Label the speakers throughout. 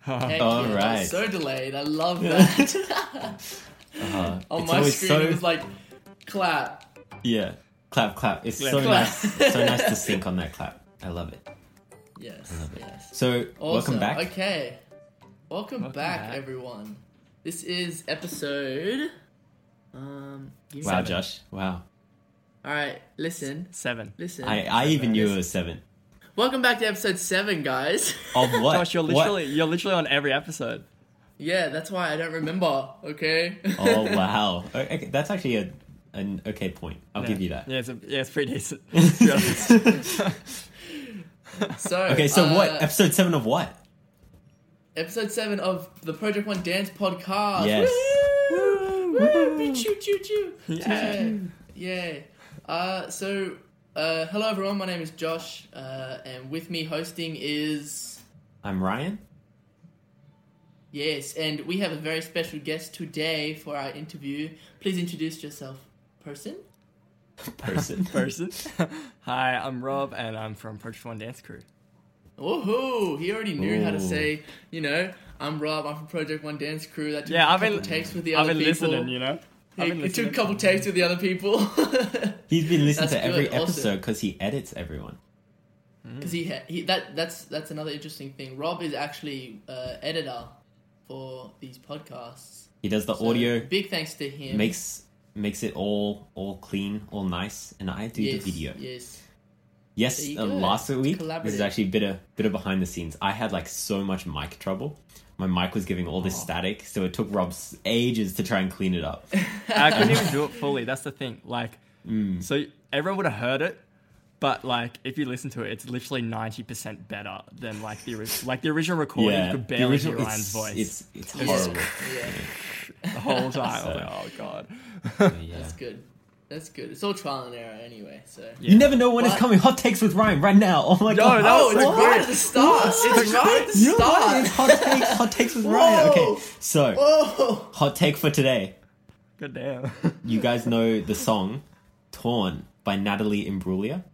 Speaker 1: Heck
Speaker 2: All
Speaker 1: yeah,
Speaker 2: right.
Speaker 1: that's So delayed. I love that.
Speaker 2: Uh,
Speaker 1: On
Speaker 2: it's
Speaker 1: my
Speaker 2: always
Speaker 1: screen,
Speaker 2: so
Speaker 1: it was like clap.
Speaker 2: yeah, clap, clap. It's
Speaker 1: Clap,
Speaker 2: so
Speaker 1: clap.
Speaker 2: nice, so nice to sync on that clap. I love it.
Speaker 1: Yes. Yes.
Speaker 2: So
Speaker 1: Awesome.
Speaker 2: welcome back.
Speaker 1: Okay. Welcome,
Speaker 3: Welcome
Speaker 1: back,
Speaker 3: back.
Speaker 1: everyone. This is episode. Um. give me-
Speaker 2: Wow,
Speaker 3: Seven.
Speaker 2: Josh. Wow.
Speaker 1: All right. Listen.
Speaker 3: Seven.
Speaker 1: Listen.
Speaker 2: I, uh, I even knew it was seven.
Speaker 1: Welcome back to episode seven, guys.
Speaker 2: Of what?
Speaker 3: Josh, you're
Speaker 2: What?
Speaker 3: literally you're literally on every episode.
Speaker 1: yeah, that's why I don't remember. Okay.
Speaker 2: Oh wow. O- Okay, that's actually a an okay point. I'll
Speaker 3: Yeah.
Speaker 2: give you that.
Speaker 3: Yeah, it's, a, yeah, it's pretty decent. to be honest.
Speaker 1: So.
Speaker 2: Okay, so what?
Speaker 1: uh,
Speaker 2: Episode seven of what?
Speaker 1: episode seven of the Project One Dance Podcast.
Speaker 2: Yes.
Speaker 1: Woo! Woo! Woo! Choo choo choo!
Speaker 3: Yeah.
Speaker 1: Yeah. Uh, so, uh, hello everyone. My name is Josh, uh, and with me hosting is
Speaker 2: I'm Ryan.
Speaker 1: yes, and we have a very special guest today for our interview. Please introduce yourself, person.
Speaker 2: Person.
Speaker 3: Person. Hi, I'm Rob, and I'm from Project One Dance Crew.
Speaker 1: Woohoo! He already knew how to
Speaker 2: Ooh.
Speaker 1: say, you know, I'm Rob. I'm from Project One Dance Crew. That took
Speaker 3: Yeah,
Speaker 1: a
Speaker 3: I've
Speaker 1: couple
Speaker 3: been-
Speaker 1: takes with the
Speaker 3: I've
Speaker 1: other
Speaker 3: been
Speaker 1: people.
Speaker 3: listening, you know. I've been
Speaker 1: it, it took a
Speaker 3: listening.
Speaker 1: couple takes with the other people.
Speaker 2: He's been listening
Speaker 1: That's
Speaker 2: to every
Speaker 1: good, awesome.
Speaker 2: episode because he edits everyone.
Speaker 1: because he, ha- he that that's that's another interesting thing. Rob is actually uh, editor for these podcasts.
Speaker 2: He does the
Speaker 1: So,
Speaker 2: audio,
Speaker 1: Big thanks to him.
Speaker 2: makes makes it all all clean, all nice, and I do the video.
Speaker 1: Yes.
Speaker 2: Yes,
Speaker 1: There you
Speaker 2: uh,
Speaker 1: go.
Speaker 2: last week this is
Speaker 1: Collaborative.
Speaker 2: actually a bit of bit of behind the scenes. I had like so much mic trouble. My mic was giving all this static, so it took Rob's ages to try and clean it up.
Speaker 3: I couldn't even do it fully. That's the thing. Like,
Speaker 2: Mm.
Speaker 3: so everyone would have heard it, but like if you listen to it, it's literally ninety percent better than like the original. Like the original recording, you could barely hear
Speaker 2: it's-
Speaker 3: Ryan's voice
Speaker 2: It's it's
Speaker 1: Yeah.
Speaker 2: horrible.
Speaker 1: Yeah.
Speaker 3: the whole time. I was
Speaker 2: So-
Speaker 3: like, oh god.
Speaker 2: Yeah.
Speaker 1: That's good. That's good. It's all trial and error anyway. So.
Speaker 2: You never know when it's
Speaker 1: What?
Speaker 2: coming. Hot takes with Ryan right now. Oh my
Speaker 3: Yo,
Speaker 2: god!
Speaker 3: that
Speaker 1: Oh,
Speaker 3: was
Speaker 1: it's
Speaker 3: so
Speaker 1: right at
Speaker 3: good.
Speaker 1: the start. It's right at the
Speaker 2: You're right,
Speaker 1: start.
Speaker 2: it's hot takes. Hot takes with Ryan.
Speaker 1: Whoa.
Speaker 2: Okay, so
Speaker 1: Oh.
Speaker 2: hot take for today.
Speaker 3: God damn.
Speaker 2: You guys know the song "Torn" by Natalie Imbruglia.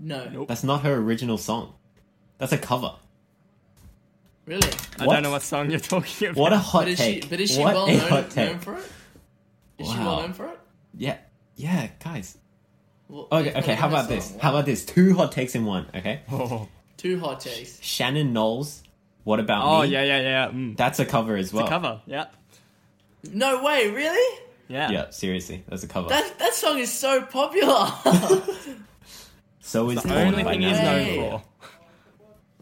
Speaker 1: No.
Speaker 3: Nope.
Speaker 2: That's not her original song. That's a cover.
Speaker 1: Really.
Speaker 3: I
Speaker 2: What?
Speaker 3: don't know what song you're talking about.
Speaker 2: What a hot
Speaker 1: But is
Speaker 2: take!
Speaker 1: she? But is she
Speaker 2: what
Speaker 1: well
Speaker 2: a
Speaker 1: known,
Speaker 2: hot take!
Speaker 1: known for it? Is she
Speaker 2: Wow.
Speaker 1: well known for it?
Speaker 2: Yeah, yeah, guys.
Speaker 1: Well,
Speaker 2: Okay,
Speaker 1: it's not
Speaker 2: okay. How
Speaker 1: even a
Speaker 2: about this?
Speaker 1: song.
Speaker 2: How about this? Two hot takes in one. Okay.
Speaker 3: Oh,
Speaker 1: two hot takes?
Speaker 2: Shannon Knowles. What about
Speaker 3: oh
Speaker 2: me? Oh.
Speaker 3: yeah, yeah, yeah. Mm.
Speaker 2: That's a cover as well.
Speaker 3: The cover. Yeah.
Speaker 1: No way. Really?
Speaker 3: Yeah.
Speaker 2: Yeah, seriously, that's a cover.
Speaker 1: That that song is so popular.
Speaker 2: so is
Speaker 3: It's the
Speaker 2: Torn
Speaker 3: only
Speaker 2: by
Speaker 3: thing
Speaker 2: Natalie
Speaker 3: he's
Speaker 1: Hey.
Speaker 3: known
Speaker 2: Imbruglia.
Speaker 3: for.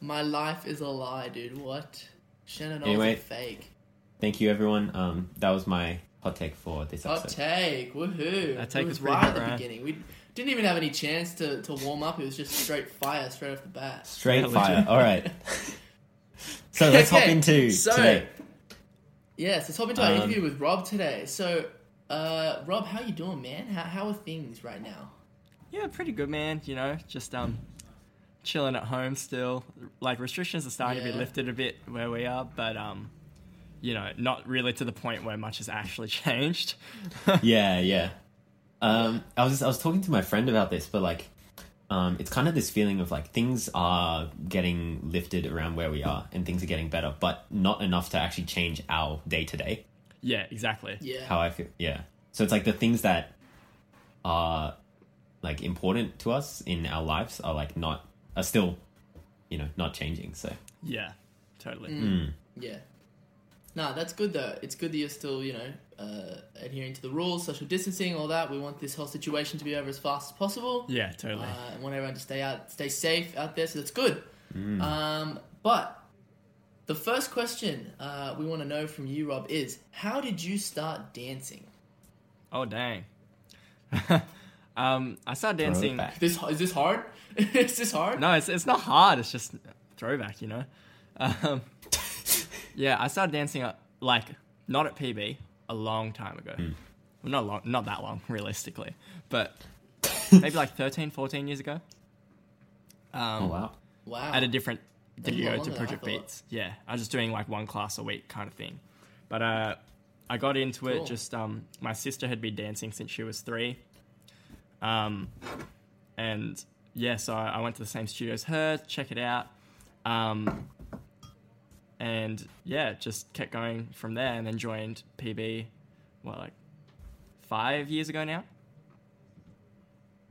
Speaker 1: My life is a lie, dude. What? Shannon
Speaker 2: Anyway,
Speaker 1: Old's a fake.
Speaker 2: Thank you, everyone. Um, that was my hot take for this
Speaker 1: Hot
Speaker 2: episode.
Speaker 1: take, woohoo!
Speaker 3: That take
Speaker 1: it
Speaker 3: was
Speaker 1: was
Speaker 3: pretty
Speaker 1: right at
Speaker 3: hot,
Speaker 1: the
Speaker 3: right?
Speaker 1: beginning. We didn't even have any chance to, to warm up. It was just straight fire, straight off the bat.
Speaker 2: Straight
Speaker 3: Yeah, legit.
Speaker 2: fire. All right. so let's hop
Speaker 1: Okay,
Speaker 2: into
Speaker 1: so-
Speaker 2: today.
Speaker 1: Yes, let's hop into our
Speaker 2: Um,
Speaker 1: interview with Rob today. So, uh, Rob, how you doing, man? How, how are things right now?
Speaker 3: Yeah, pretty good, man. You know, just um, chilling at home still. Like restrictions are starting to
Speaker 1: Yeah.
Speaker 3: be lifted a bit where we are, but um, you know, not really to the point where much has actually changed.
Speaker 2: Yeah, yeah. Um, I was I was talking to my friend about this, but like, um, it's kind of this feeling of like things are getting lifted around where we are, and things are getting better, but not enough to actually change our day to day.
Speaker 3: yeah, exactly.
Speaker 1: Yeah,
Speaker 2: how I feel. Yeah. So it's like the things that are like important to us in our lives are like not are still, you know, not changing. So
Speaker 3: Yeah, totally.
Speaker 1: Mm. yeah. Nah, that's good though. It's good that you're still, you know, uh, adhering to the rules, social distancing, all that. We want this whole situation to be over as fast as possible.
Speaker 3: Yeah, totally.
Speaker 1: uh, and want everyone to stay out, stay safe out there. So that's good.
Speaker 2: Mm.
Speaker 1: Um, but the first question uh, we want to know from you, Rob, is how did you start dancing?
Speaker 3: oh dang. um, I started
Speaker 2: throw it
Speaker 3: dancing.
Speaker 2: back.
Speaker 1: This is this hard? is this hard?
Speaker 3: No, it's it's not hard. It's just throwback, you know. Um, yeah, I started dancing at, like not at PB a long time ago. Well, not long, not that long, realistically, but maybe like 13, 14 years ago. Um,
Speaker 2: Oh wow.
Speaker 1: Wow.
Speaker 3: At a different
Speaker 1: a lot
Speaker 3: video
Speaker 1: longer
Speaker 3: to
Speaker 1: than I
Speaker 3: Project
Speaker 1: thought.
Speaker 3: Beats. Yeah, I was just doing like one class a week kind of thing, but uh, I got into
Speaker 1: Cool.
Speaker 3: it just um, my sister had been dancing since she was three. Um, and yeah, so I I went to the same studio as her, check it out. Um, and yeah, just kept going from there, and then joined PB, what like five years ago now.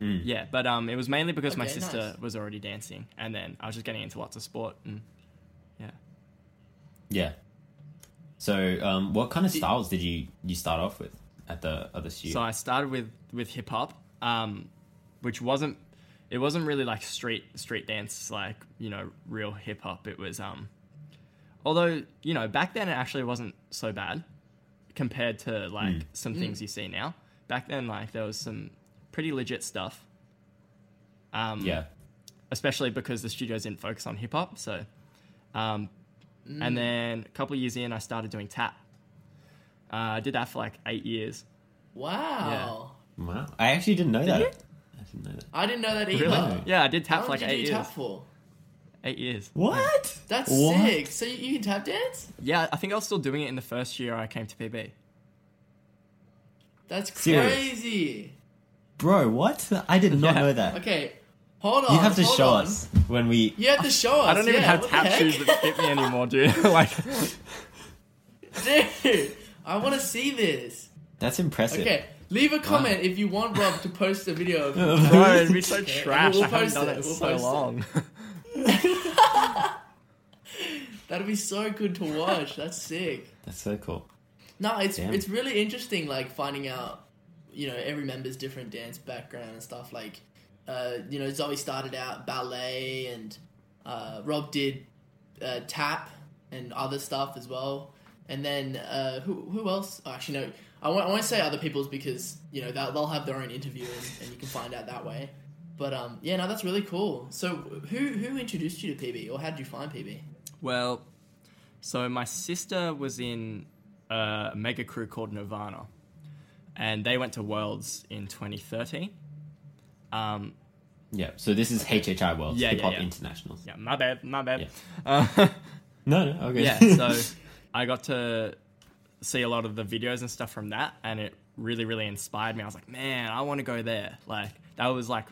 Speaker 2: Mm.
Speaker 3: Yeah, but um, it was mainly because my
Speaker 1: Okay,
Speaker 3: sister
Speaker 1: nice.
Speaker 3: was already dancing, and then I was just getting into lots of sport, and yeah.
Speaker 2: Yeah. So, um, what kind of
Speaker 1: Did-
Speaker 2: styles did you you start off with at the other
Speaker 3: So
Speaker 2: studio?
Speaker 3: I started with with hip hop, um, which wasn't it wasn't really like street street dance like you know real hip hop. It was um, although you know back then it actually wasn't so bad compared to like some
Speaker 1: Mm.
Speaker 3: things you see now. Back then, like there was some pretty legit stuff. Um,
Speaker 2: yeah.
Speaker 3: especially because the studios didn't focus on hip hop. So, um,
Speaker 1: Mm.
Speaker 3: and then a couple of years in, I started doing tap. Uh, I did that for like eight years.
Speaker 1: Wow.
Speaker 2: Wow. I actually didn't know that.
Speaker 3: you?
Speaker 2: I didn't know that.
Speaker 1: I didn't know that either.
Speaker 2: Really?
Speaker 3: Yeah, I did
Speaker 1: How
Speaker 3: tap
Speaker 1: long
Speaker 3: for like
Speaker 1: did
Speaker 3: eight
Speaker 1: you
Speaker 3: years.
Speaker 1: do tap for?
Speaker 3: Eight years.
Speaker 2: What?
Speaker 1: That's
Speaker 2: What?
Speaker 1: sick. So you, you can tap dance?
Speaker 3: Yeah, I think I was still doing it in the first year I came to PB.
Speaker 1: Oh, That's
Speaker 2: Serious.
Speaker 1: crazy.
Speaker 2: Bro, what? I did not
Speaker 3: Yeah. Oh,
Speaker 2: know that.
Speaker 1: Okay, hold on.
Speaker 2: You have to
Speaker 1: hold
Speaker 2: show
Speaker 1: on.
Speaker 2: us when we.
Speaker 1: You have to show us.
Speaker 3: I don't even
Speaker 1: yeah,
Speaker 3: have
Speaker 1: what the
Speaker 3: tap
Speaker 1: heck?
Speaker 3: shoes that fit me anymore, dude. like,
Speaker 1: Dude, I want to see this.
Speaker 2: That's impressive.
Speaker 1: Okay, leave a comment if you want Rob to post a video of
Speaker 3: bro, it'd be so
Speaker 1: we'll
Speaker 3: trash. I haven't
Speaker 1: post
Speaker 3: done
Speaker 1: it,
Speaker 3: it, in
Speaker 1: we'll
Speaker 3: so
Speaker 1: post it.
Speaker 3: long.
Speaker 1: That'd be so good to watch. That's sick.
Speaker 2: That's so cool.
Speaker 1: No, it's
Speaker 2: Damn.
Speaker 1: it's really interesting. Like finding out, you know, every member's different dance background and stuff. Like, uh, you know, Zoe started out ballet, and uh, Rob did uh, tap and other stuff as well. And then uh, who who else? Oh, actually, no, I won't, I won't say other people's because you know they'll, they'll have their own interview and, and you can find out that way. But um, yeah, no, that's really cool. So who who introduced you to PB, or how did you find PB?
Speaker 3: Well, so my sister was in uh, a mega crew called Nirvana, and they went to Worlds in 2013. Um,
Speaker 2: Yeah. So this is HHI World,
Speaker 3: Yeah, yeah,
Speaker 2: Hip Hop
Speaker 3: yeah.
Speaker 2: Internationals.
Speaker 3: yeah, my bad, my bad.
Speaker 2: Yeah.
Speaker 3: Uh,
Speaker 2: No, no. Okay.
Speaker 3: yeah, so I got to see a lot of the videos and stuff from that, and it really, really inspired me. I was like, man, I want to go there. Like, that was like,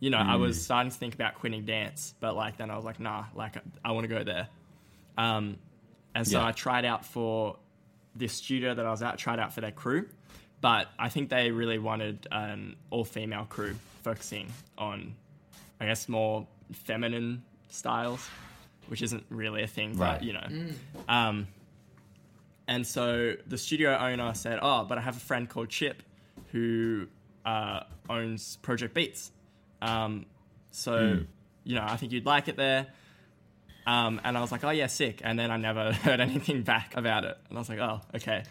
Speaker 3: you know, I was starting to think about quitting dance, but like, then I was like, nah, like, I want to go there. Um, and so
Speaker 2: Yeah.
Speaker 3: I tried out for this studio that I was at, tried out for their crew, but I think they really wanted an all female crew focusing on, I guess, more feminine styles, which isn't really a thing,
Speaker 2: Right.
Speaker 3: but you know. Um, and so the studio owner said, "Oh, but I have a friend called Chip, who uh, owns Project Beats. Um, so you know, I think you'd like it there." Um, and I was like, "Oh yeah, sick." And then I never heard anything back about it. And I was like, "Oh, okay."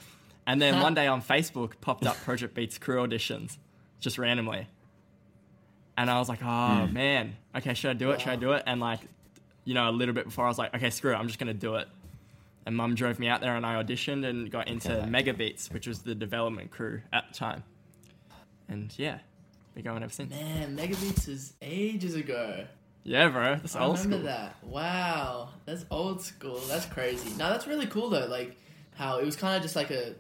Speaker 3: And then one day on Facebook popped up Project Beats crew auditions, just randomly. And I was like, "Oh man, okay, should I do it? Should I
Speaker 1: Wow.
Speaker 3: do it?" And like, you know, a little bit before, I was like, "Okay, screw it, I'm just gonna do it." And mum drove me out there, and I auditioned and got into
Speaker 2: Okay.
Speaker 3: Mega Beats, which was the development crew at the time. And yeah, been going ever since.
Speaker 1: Man, Megabeats is ages ago.
Speaker 3: Yeah, bro, that's
Speaker 1: I
Speaker 3: old
Speaker 1: remember
Speaker 3: school.
Speaker 1: that. Wow, that's old school. That's crazy. No, that's really cool though. Like how it was kind of just like a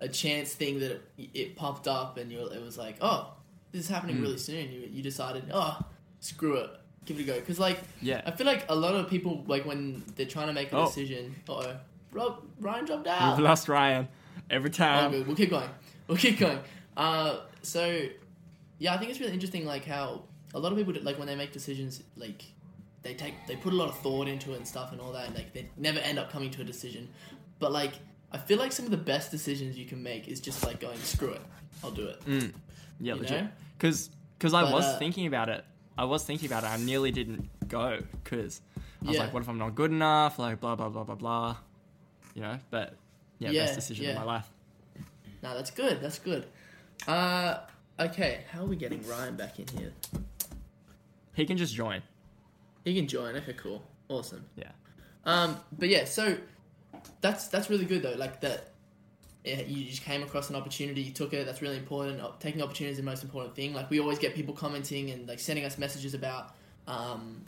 Speaker 1: a chance thing that it, it popped up, and you were, it was like, oh, this is happening
Speaker 3: Hmm.
Speaker 1: really soon. You you decided, oh, screw it, give it a go. Because like,
Speaker 3: Yeah.
Speaker 1: I feel like a lot of people like when they're trying to make a
Speaker 3: Oh.
Speaker 1: decision. Oh, Rob Ryan dropped
Speaker 3: We've
Speaker 1: out.
Speaker 3: lost Ryan every
Speaker 1: Oh,
Speaker 3: time.
Speaker 1: good. We'll keep going. We'll keep going. Uh, so, yeah, I think it's really interesting, like how a lot of people, do- like when they make decisions, like they take, they put a lot of thought into it and stuff and all that, and like they never end up coming to a decision. But like, I feel like some of the best decisions you can make is just like going, screw it, I'll do it.
Speaker 3: yeah,
Speaker 1: you
Speaker 3: legit.
Speaker 1: know?
Speaker 3: Because I
Speaker 1: But,
Speaker 3: was
Speaker 1: uh,
Speaker 3: thinking about it. I was thinking about it. I nearly didn't go because I was
Speaker 1: Yeah.
Speaker 3: like, what if I'm not good enough? Like, blah, blah, blah, blah, blah. You know, but yeah,
Speaker 1: Yeah,
Speaker 3: best decision
Speaker 1: yeah.
Speaker 3: of my life.
Speaker 1: No, that's good. That's good. Uh, okay, how are we getting Ryan back in here?
Speaker 3: He can just join.
Speaker 1: He can join. Okay, cool, awesome.
Speaker 3: Yeah.
Speaker 1: Um, but yeah, so that's that's really good though. Like that, yeah, you just came across an opportunity, you took it. That's really important. Op- Taking opportunity is the most important thing. Like we always get people commenting and like sending us messages about, um,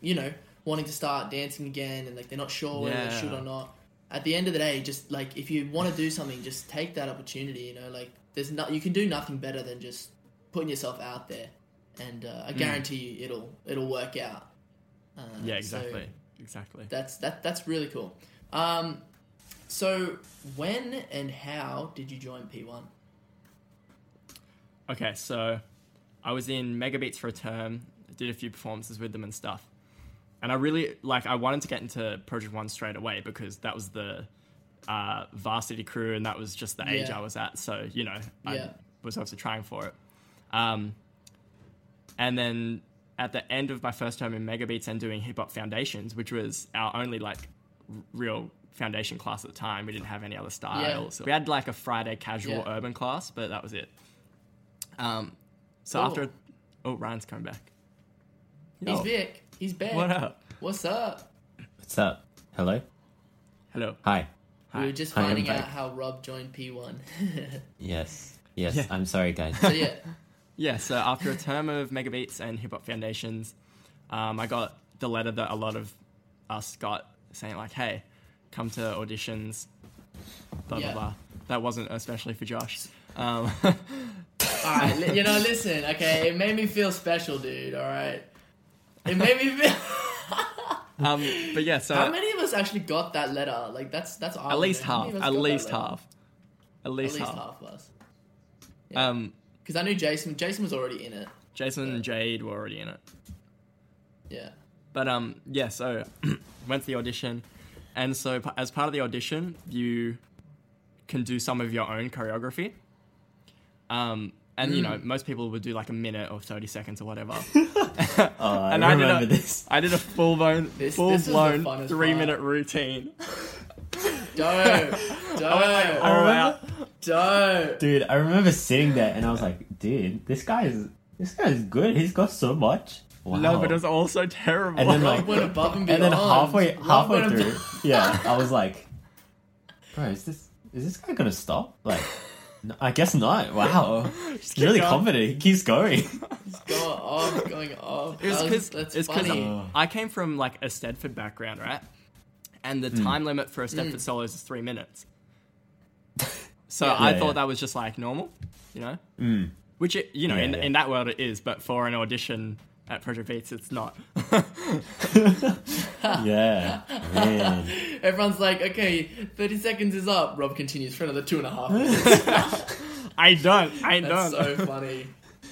Speaker 1: you know, wanting to start dancing again and like they're not sure whether they
Speaker 3: Yeah.
Speaker 1: should or not. At the end of the day, just like if you want to do something, just take that opportunity. You know, like there's not you can do nothing better than just putting yourself out
Speaker 3: Mm.
Speaker 1: there, and uh, I guarantee you it'll it'll work out. Uh,
Speaker 3: Yeah,
Speaker 1: so-
Speaker 3: exactly. exactly.
Speaker 1: That's that. That's really cool. Um, so when and how did you join P1?
Speaker 3: Okay, so I was in Megabeats for a term, did a few performances with them and stuff. And I really like I wanted to get into Project One straight away because that was the uh, varsity crew and that was just the age
Speaker 1: Yeah.
Speaker 3: I was at. So, you know, I
Speaker 1: Yeah.
Speaker 3: was obviously trying for it. Um, and then at the end of my first term in Megabeats and doing Hip Hop Foundations, which was our only like r- real foundation class at the time, we didn't have any other styles. We had like a Friday casual
Speaker 1: Yeah.
Speaker 3: urban class, but that was it. Um, so
Speaker 1: Cool.
Speaker 3: after, oh Ryan's coming back.
Speaker 1: He's
Speaker 3: Yo.
Speaker 1: Vic. He's Ben.
Speaker 3: Oh. What up?
Speaker 1: What's up?
Speaker 2: What's up? Hello?
Speaker 3: Hello.
Speaker 2: Hi.
Speaker 1: We
Speaker 3: Hi.
Speaker 1: were just
Speaker 2: I am
Speaker 1: finding out
Speaker 2: back.
Speaker 1: how Rob joined P1.
Speaker 2: Yes. Yes.
Speaker 3: Yeah.
Speaker 2: I'm sorry, guys.
Speaker 1: so yeah,
Speaker 3: Yeah, so after a term of Megabeats and Hip Hop Foundations, um, I got the letter that a lot of us got saying, like, hey, come to auditions, blah,
Speaker 1: Yeah.
Speaker 3: blah, blah. That wasn't especially for Josh. Um,
Speaker 1: all right. li- you know, listen. Okay, it made me feel special, dude. All right. It made me feel.
Speaker 3: um, but yeah, so
Speaker 1: How many of us actually got that letter? Like that's that's awesome.
Speaker 3: at least
Speaker 1: How
Speaker 3: half.
Speaker 1: many of us
Speaker 3: At
Speaker 1: got that
Speaker 3: least
Speaker 1: letter?
Speaker 3: half. At
Speaker 1: At
Speaker 3: least
Speaker 1: least
Speaker 3: half.
Speaker 1: half of us.
Speaker 3: Um,
Speaker 1: Because I knew Jason. Jason was already in it.
Speaker 3: Jason and Jade were already in it.
Speaker 1: Yeah.
Speaker 3: But um, yeah, so went to the audition, and so p- as part of the audition, you can do some of your own choreography. Um, and you know, most people would do like a minute or thirty seconds or whatever.
Speaker 2: Oh, I
Speaker 3: and
Speaker 2: remember
Speaker 3: did a,
Speaker 2: this.
Speaker 3: I did a full blown,
Speaker 1: This-
Speaker 3: full
Speaker 1: this is the
Speaker 3: blown
Speaker 1: funnest
Speaker 3: three
Speaker 1: part.
Speaker 3: minute routine.
Speaker 1: Dope.
Speaker 3: I went
Speaker 1: Dope.
Speaker 3: like all
Speaker 2: remember-
Speaker 3: out.
Speaker 1: Dope.
Speaker 2: Dude, I remember sitting there and I was like, dude, this guy is this guy is good. He's got so much. Wow.
Speaker 3: No, but it was also terrible.
Speaker 2: And then,
Speaker 1: Rob
Speaker 2: like-
Speaker 1: went above and
Speaker 2: and
Speaker 1: beyond.
Speaker 2: then halfway
Speaker 1: Rob
Speaker 2: halfway
Speaker 1: went ab-
Speaker 2: through, yeah, I was like, bro, is this is this guy gonna stop? Like, no, I guess not. Wow, he's
Speaker 3: keep
Speaker 2: really
Speaker 3: going.
Speaker 2: confident. He keeps going.
Speaker 1: Going off, going off.
Speaker 3: It was
Speaker 1: That
Speaker 3: because
Speaker 1: that's
Speaker 3: it's
Speaker 1: funny.
Speaker 2: uh,
Speaker 3: because I came from like a Stedford background, right? And
Speaker 2: Hmm.
Speaker 3: the time limit
Speaker 1: Hmm.
Speaker 3: for a Stedford solo is three minutes. So
Speaker 1: Yeah.
Speaker 3: I
Speaker 2: Yeah,
Speaker 3: thought
Speaker 2: yeah. Hmm.
Speaker 3: that was just like normal, you know. Mm. Which it, you know,
Speaker 2: Yeah,
Speaker 3: in,
Speaker 2: yeah.
Speaker 3: in that world it is, but for an audition at Project Beats, it's not.
Speaker 2: yeah, man.
Speaker 1: Everyone's like, okay, 30 seconds is up. Rob continues for another two and a half minutes.
Speaker 3: I don't. I
Speaker 1: That's
Speaker 3: don't.
Speaker 1: so funny.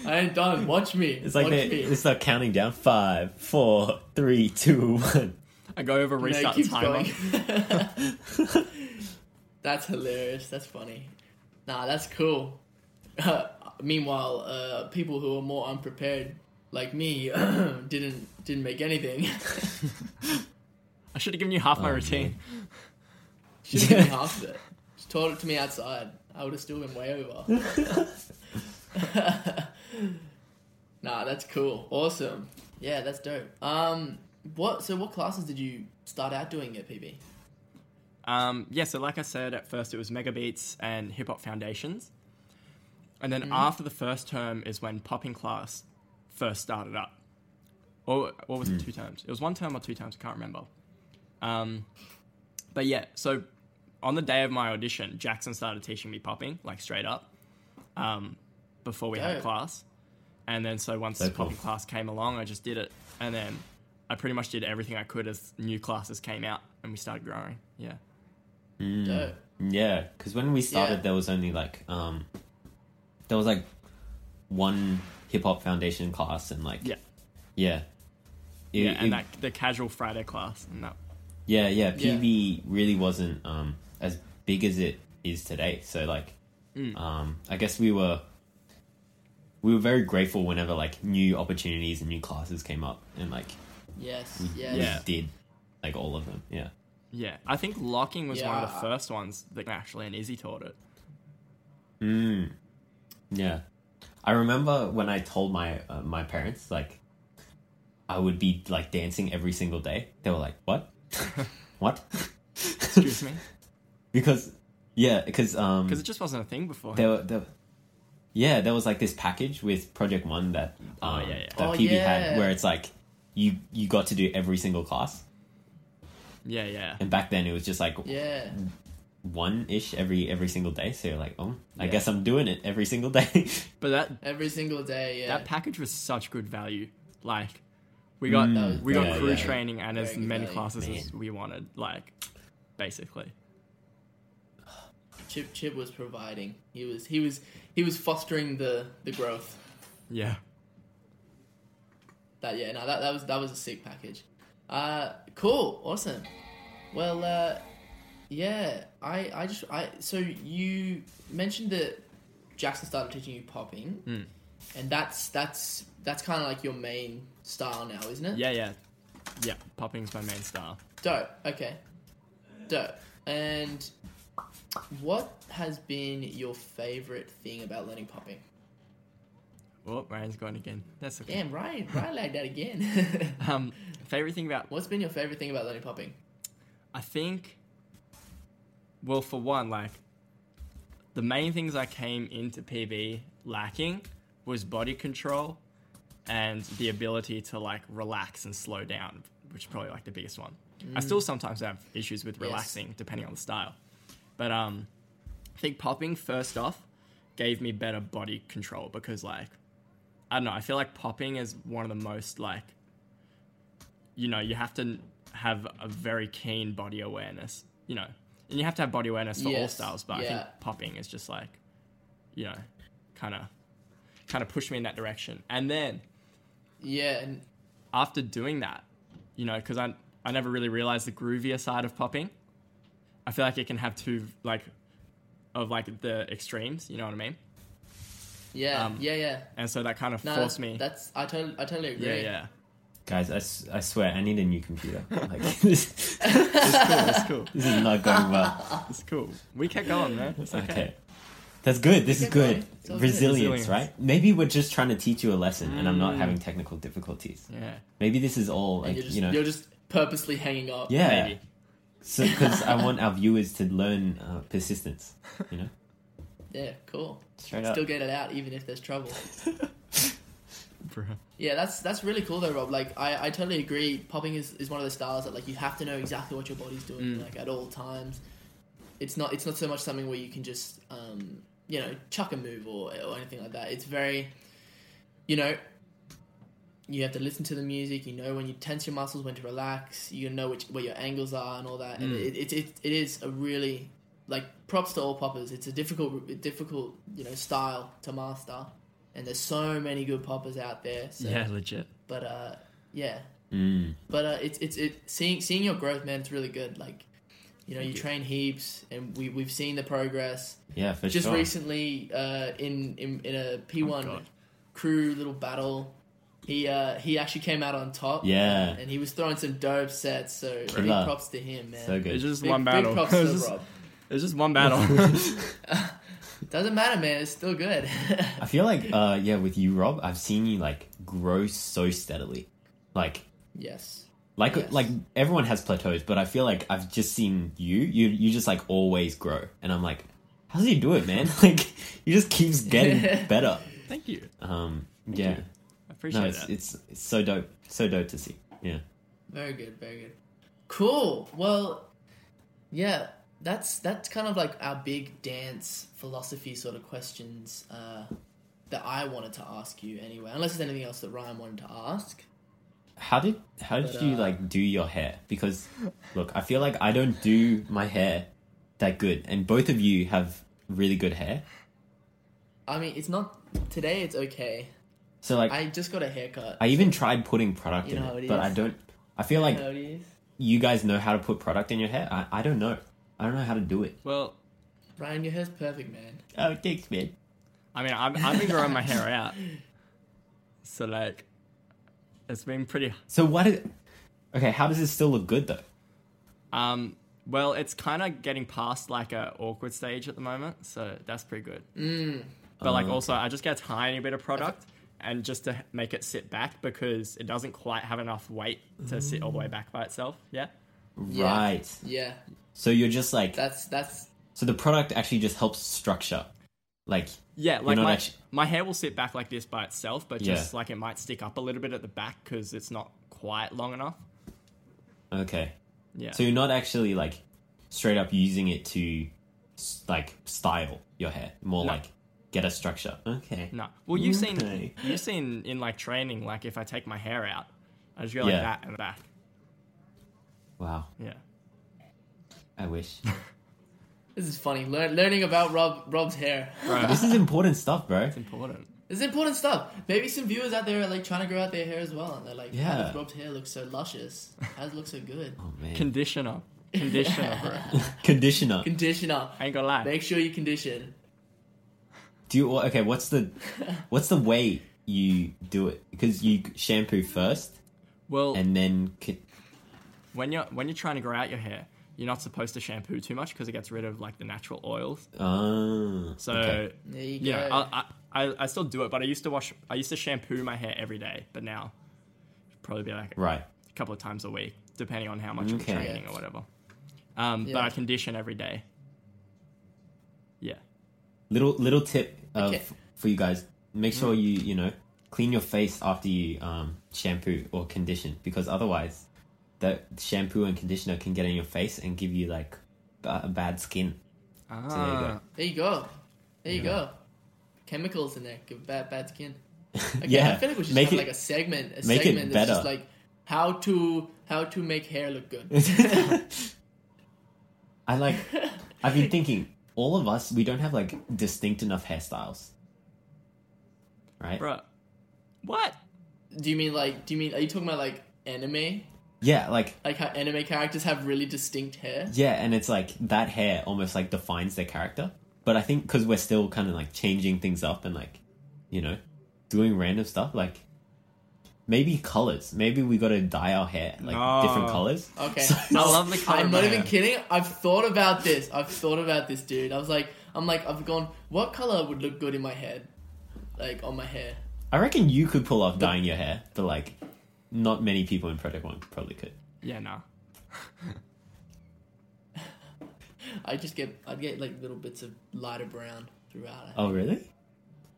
Speaker 1: I ain't done. Watch me.
Speaker 2: It's like
Speaker 1: Watch
Speaker 2: they,
Speaker 1: me.
Speaker 2: it's like counting down five, four, three, two, one.
Speaker 3: I go over
Speaker 1: No, it
Speaker 3: restart
Speaker 1: keeps
Speaker 3: timer.
Speaker 1: going. that's hilarious. That's funny. Nah, that's cool. meanwhile, uh, people who are more unprepared, like me, didn't didn't make anything.
Speaker 3: I should have given you half my
Speaker 2: Oh,
Speaker 3: routine.
Speaker 1: Should have given half of it. Just taught it to me outside. I would have still been way over. nah, that's cool. Awesome. Yeah, that's dope. Um, what? So, what classes did you start out doing at PB?
Speaker 3: Um, yeah, so like I said, at first it was Megabeats and Hip Hop Foundations. And then after the first term is when Popping Class first started up. Or what was it, two terms? It was one term or two terms, I can't remember. Um, but yeah, so on the day of my audition, Jackson started teaching me popping, like straight up, um, before we had
Speaker 1: Dope.
Speaker 3: class. And then so once
Speaker 2: So
Speaker 3: the
Speaker 2: cool.
Speaker 3: popping class came along, I just did it. And then I pretty much did everything I could as new classes came out and we started growing. Yeah.
Speaker 1: Dope.
Speaker 2: Yeah, because when we started,
Speaker 1: Yeah.
Speaker 2: there was only like um, there was like one hip hop foundation class and like
Speaker 3: Yeah.
Speaker 2: yeah, It-
Speaker 3: Yeah,
Speaker 2: it-
Speaker 3: and that the casual Friday class and that
Speaker 2: yeah, yeah.
Speaker 1: Yeah.
Speaker 2: PB really wasn't um as big as it is today. So like,
Speaker 3: Mm.
Speaker 2: um, I guess we were we were very grateful whenever like new opportunities and new classes came up and like
Speaker 1: Yes. Yes.
Speaker 2: we
Speaker 3: Yeah.
Speaker 2: did like all of them. Yeah,
Speaker 3: yeah. I think locking was one of
Speaker 1: Yeah.
Speaker 3: the first ones that actually and Izzy taught it.
Speaker 2: Mm. Yeah, I remember when I told my uh, my parents like I would be like dancing every single day. They were like, "What? what?"
Speaker 3: Excuse me,
Speaker 2: because yeah, because um,
Speaker 3: because it just wasn't a thing before.
Speaker 2: there were there, yeah, there was like this package with Project One that
Speaker 3: Oh,
Speaker 2: um,
Speaker 3: yeah, yeah.
Speaker 2: that
Speaker 1: Oh,
Speaker 2: PB
Speaker 1: yeah.
Speaker 2: had where it's like you you got to do every single class,
Speaker 3: yeah, yeah,
Speaker 2: and back then it was just like
Speaker 1: Yeah.
Speaker 2: one ish every every single day. So you're like, "Oh, I
Speaker 3: Yeah.
Speaker 2: guess I'm doing it every single day."
Speaker 3: but that
Speaker 1: Every single day. Yeah.
Speaker 3: that package was such good value. Like We got
Speaker 1: That was
Speaker 3: we got
Speaker 2: yeah,
Speaker 3: crew
Speaker 2: yeah.
Speaker 3: training and as
Speaker 1: Very good
Speaker 3: many
Speaker 1: value.
Speaker 3: classes as
Speaker 2: Man.
Speaker 3: we wanted, like basically.
Speaker 1: Chip Chip was providing. He was he was he was fostering the the growth.
Speaker 3: Yeah.
Speaker 1: That yeah, no, that, that was that was a sick package. Uh, cool, awesome. Well, uh, yeah, I I just I so you mentioned that Jackson started teaching you popping,
Speaker 3: Hmm.
Speaker 1: and that's that's that's kind of like your main style now, isn't it?
Speaker 3: Yeah, yeah. Yeah, popping's my main style.
Speaker 1: Dope. Okay. Dope. And what has been your favorite thing about learning popping?
Speaker 3: Oh, Ryan's gone again. That's okay.
Speaker 1: Damn, Ryan, Ryan like that again.
Speaker 3: Um, favorite thing about
Speaker 1: What's been your favorite thing about learning popping?
Speaker 3: I think, well, for one, like the main things I came into PB lacking was body control and the ability to like relax and slow down, which is probably like the biggest one. I still sometimes have issues with relaxing depending on the style, but um, I think popping first off gave me better body control because like I don't know, I feel like popping is one of the most like you know, you have to have a very keen body awareness, you know, and you have to have body awareness for all
Speaker 1: Yes,
Speaker 3: styles. But I
Speaker 1: yeah.
Speaker 3: think popping is just like, you know, kind of, kind of pushed me in that direction. And then
Speaker 1: Yeah, and
Speaker 3: after doing that, you know, because I I never really realized the groovier side of popping. I feel like it can have two like, of like the extremes. You know what I mean?
Speaker 1: yeah,
Speaker 3: Um,
Speaker 1: yeah, yeah.
Speaker 3: And so that kind of
Speaker 1: No,
Speaker 3: forced
Speaker 1: that's-
Speaker 3: me.
Speaker 1: That's I totally, I totally agree.
Speaker 3: yeah, yeah.
Speaker 2: Guys, I, s- I swear, I need a new computer. Like, this, this
Speaker 3: It's cool. It's cool.
Speaker 2: is not going well.
Speaker 3: It's cool. We kept going, man. It's okay.
Speaker 2: Okay. That's good. This is
Speaker 1: It's
Speaker 2: good.
Speaker 1: okay. It's all good.
Speaker 2: Resilience,
Speaker 3: Resilience.
Speaker 2: right? Maybe we're just trying to teach you a lesson and I'm not having technical difficulties.
Speaker 3: Yeah.
Speaker 2: Maybe this is all,
Speaker 1: Mm. And
Speaker 2: like,
Speaker 1: you're just,
Speaker 2: you know.
Speaker 1: you're just purposely hanging up.
Speaker 2: yeah.
Speaker 3: Maybe.
Speaker 2: So, because I want our viewers to learn uh, persistence, you know?
Speaker 1: yeah, cool.
Speaker 2: Straight up.
Speaker 1: Still get it out even if there's trouble.
Speaker 3: Bruh.
Speaker 1: Yeah, that's that's really cool though, Rob. Like I, I totally agree. Popping is, is one of those styles that like you have to know exactly what your body's doing like at all times. It's not it's not so much something where you can just um, you know chuck a move or or anything like that. It's very, you know, you have to listen to the music. You know when you tense your muscles, when to relax. You know which where your angles are and all that. And it, it, it it is a really like props to all poppers. It's a difficult difficult you know style to master. And there's so many good poppers out there. So
Speaker 3: Yeah, legit.
Speaker 1: but uh, yeah.
Speaker 2: Mm.
Speaker 1: But uh, it's it's it seeing seeing your growth, man. It's really good. Like, you know, you,
Speaker 3: you.
Speaker 1: train heaps, and we we've seen the progress.
Speaker 2: Yeah, for
Speaker 1: Just
Speaker 2: sure. Oh,
Speaker 1: recently, uh, in, in in a P one
Speaker 3: God.
Speaker 1: crew little battle, he uh he actually came out on top.
Speaker 2: Yeah.
Speaker 1: and he was throwing some dope sets. So big
Speaker 2: Killer.
Speaker 1: props to him, man.
Speaker 2: So good.
Speaker 3: It's just
Speaker 1: Big,
Speaker 3: one
Speaker 1: big
Speaker 3: battle.
Speaker 1: props
Speaker 3: It's
Speaker 1: to
Speaker 3: just,
Speaker 1: Rob.
Speaker 3: it's just one battle.
Speaker 1: Doesn't matter, man. It's still good.
Speaker 2: I feel like, uh, yeah, with you, Rob, I've seen you like grow so steadily. Like,
Speaker 1: yes.
Speaker 2: like,
Speaker 1: Yes.
Speaker 2: like everyone has plateaus, but I feel like I've just seen you. You, you just like always grow, and I'm like, how does he do it, man? Like, he just keeps getting better.
Speaker 3: Thank you.
Speaker 2: Um, yeah,
Speaker 3: you. I appreciate
Speaker 2: no, it's,
Speaker 3: that.
Speaker 2: it's it's so dope, so dope to see. Yeah,
Speaker 1: Very good, very good. Cool. Well, yeah, that's that's kind of like our big dance philosophy sort of questions uh, that I wanted to ask you anyway. Unless there's anything else that Ryan wanted to ask.
Speaker 2: how did how did
Speaker 1: But,
Speaker 2: you
Speaker 1: uh,
Speaker 2: like do your hair? Because look, I feel like I don't do my hair that good, and both of you have really good hair.
Speaker 1: I mean, it's not today. It's okay.
Speaker 2: So like,
Speaker 1: I just got a haircut.
Speaker 2: I even tried putting product
Speaker 1: You
Speaker 2: in
Speaker 1: know how
Speaker 2: it,
Speaker 1: it is.
Speaker 2: but
Speaker 1: Uh,
Speaker 2: I don't. I feel like
Speaker 1: You know what it is?
Speaker 2: you guys know how to put product in your hair. I, I don't know. I don't know how to do it.
Speaker 3: well,
Speaker 1: Ryan, your hair's perfect, man.
Speaker 2: Oh, thanks, man.
Speaker 3: I mean, I've, I've been growing my hair out. So, like, it's been pretty.
Speaker 2: So what? Is, okay, how does it still look good though?
Speaker 3: Um, well, it's kind of getting past like a awkward stage at the moment. So, that's pretty good.
Speaker 1: Mm,
Speaker 3: But, like,
Speaker 2: Oh,
Speaker 3: also, I just get a tiny bit of product and just to make it sit back because it doesn't quite have enough weight to sit all the way back by itself. Yeah.
Speaker 1: Yeah.
Speaker 2: Right.
Speaker 1: Yeah,
Speaker 2: So you're just like
Speaker 1: that's that's
Speaker 2: so the product actually just helps structure, like
Speaker 3: Yeah, like
Speaker 2: not
Speaker 3: my,
Speaker 2: actu-
Speaker 3: my hair will sit back like this by itself, but just
Speaker 2: Yeah.
Speaker 3: like it might stick up a little bit at the back because it's not quite long enough.
Speaker 2: okay.
Speaker 3: Yeah.
Speaker 2: So you're not actually like straight up using it to s- like style your hair, more
Speaker 3: No.
Speaker 2: like get a structure. Okay.
Speaker 3: no. Well, you've seen
Speaker 2: Okay.
Speaker 3: you've seen in like training, like if I take my hair out, I just go
Speaker 2: Yeah.
Speaker 3: like that and back.
Speaker 2: Wow.
Speaker 3: Yeah.
Speaker 2: I wish.
Speaker 1: This is funny. Learn, learning about Rob Rob's hair.
Speaker 3: Bro,
Speaker 2: this is important stuff, bro.
Speaker 3: it's important.
Speaker 1: This is important stuff. Maybe some viewers out there are like trying to grow out their hair as well, and they're like, "How
Speaker 2: Yeah.
Speaker 1: does Rob's hair look so luscious? How does it look so good?"
Speaker 2: Oh man.
Speaker 3: Conditioner. Conditioner, bro.
Speaker 2: Conditioner.
Speaker 1: Conditioner.
Speaker 3: I ain't gonna lie.
Speaker 1: Make sure you condition.
Speaker 2: Do you okay? What's the what's the way you do it? Because you shampoo first
Speaker 3: Well,
Speaker 2: and then con-
Speaker 3: when you're when you're trying to grow out your hair, you're not supposed to shampoo too much because it gets rid of like the natural oils.
Speaker 2: oh,
Speaker 3: So
Speaker 2: okay.
Speaker 1: There you go.
Speaker 3: yeah,
Speaker 2: uh,
Speaker 3: I, I I I still do it, but I used to wash. I used to shampoo my hair every day, but now it'd probably be like
Speaker 2: right.
Speaker 3: a couple of times a week, depending on how much
Speaker 2: Okay.
Speaker 3: I'm training or whatever. Um, But
Speaker 1: Yeah.
Speaker 3: I condition every day. Yeah.
Speaker 2: Little little tip of,
Speaker 1: Okay.
Speaker 2: for you guys: make sure you you know clean your face after you um, shampoo or condition because otherwise, that shampoo and conditioner can get in your face and give you like b- bad skin.
Speaker 3: Ah,
Speaker 2: So there you
Speaker 1: there
Speaker 2: go.
Speaker 1: you go. There you
Speaker 2: Yeah.
Speaker 1: go. Chemicals in there. Give bad bad skin. Okay, I
Speaker 2: Yeah,
Speaker 1: feel like we should
Speaker 2: make
Speaker 1: have
Speaker 2: it-
Speaker 1: like a segment. A
Speaker 2: make it
Speaker 1: segment that's just
Speaker 2: better.
Speaker 1: like how to how to make hair look good.
Speaker 2: I like. I've been thinking. All of us, we don't have like distinct enough hairstyles, right?
Speaker 3: bruh. What?
Speaker 1: Do you mean like? Do you mean? Are you talking about like anime?
Speaker 2: Yeah, like
Speaker 1: Like how anime characters have really distinct hair?
Speaker 2: yeah, and it's like that hair almost like defines their character. But I think because we're still kind of like changing things up and like, you know, doing random stuff like. Maybe colors. Maybe we got to dye our hair
Speaker 3: No.
Speaker 2: like
Speaker 1: Ah.
Speaker 2: different colors.
Speaker 1: Okay.
Speaker 2: So-
Speaker 3: I love the color.
Speaker 1: I'm
Speaker 3: of
Speaker 1: not
Speaker 3: my
Speaker 1: even
Speaker 3: hair.
Speaker 1: kidding. I've thought about this. I've thought about this, dude. I was like, I'm like, I've gone. What color would look good in my head? Like on my hair.
Speaker 2: I reckon you could pull off dyeing your hair, but like, not many people in Project One probably could.
Speaker 3: Yeah, nah.
Speaker 1: I just get. I'd get like little bits of lighter brown throughout. it.
Speaker 2: Oh really?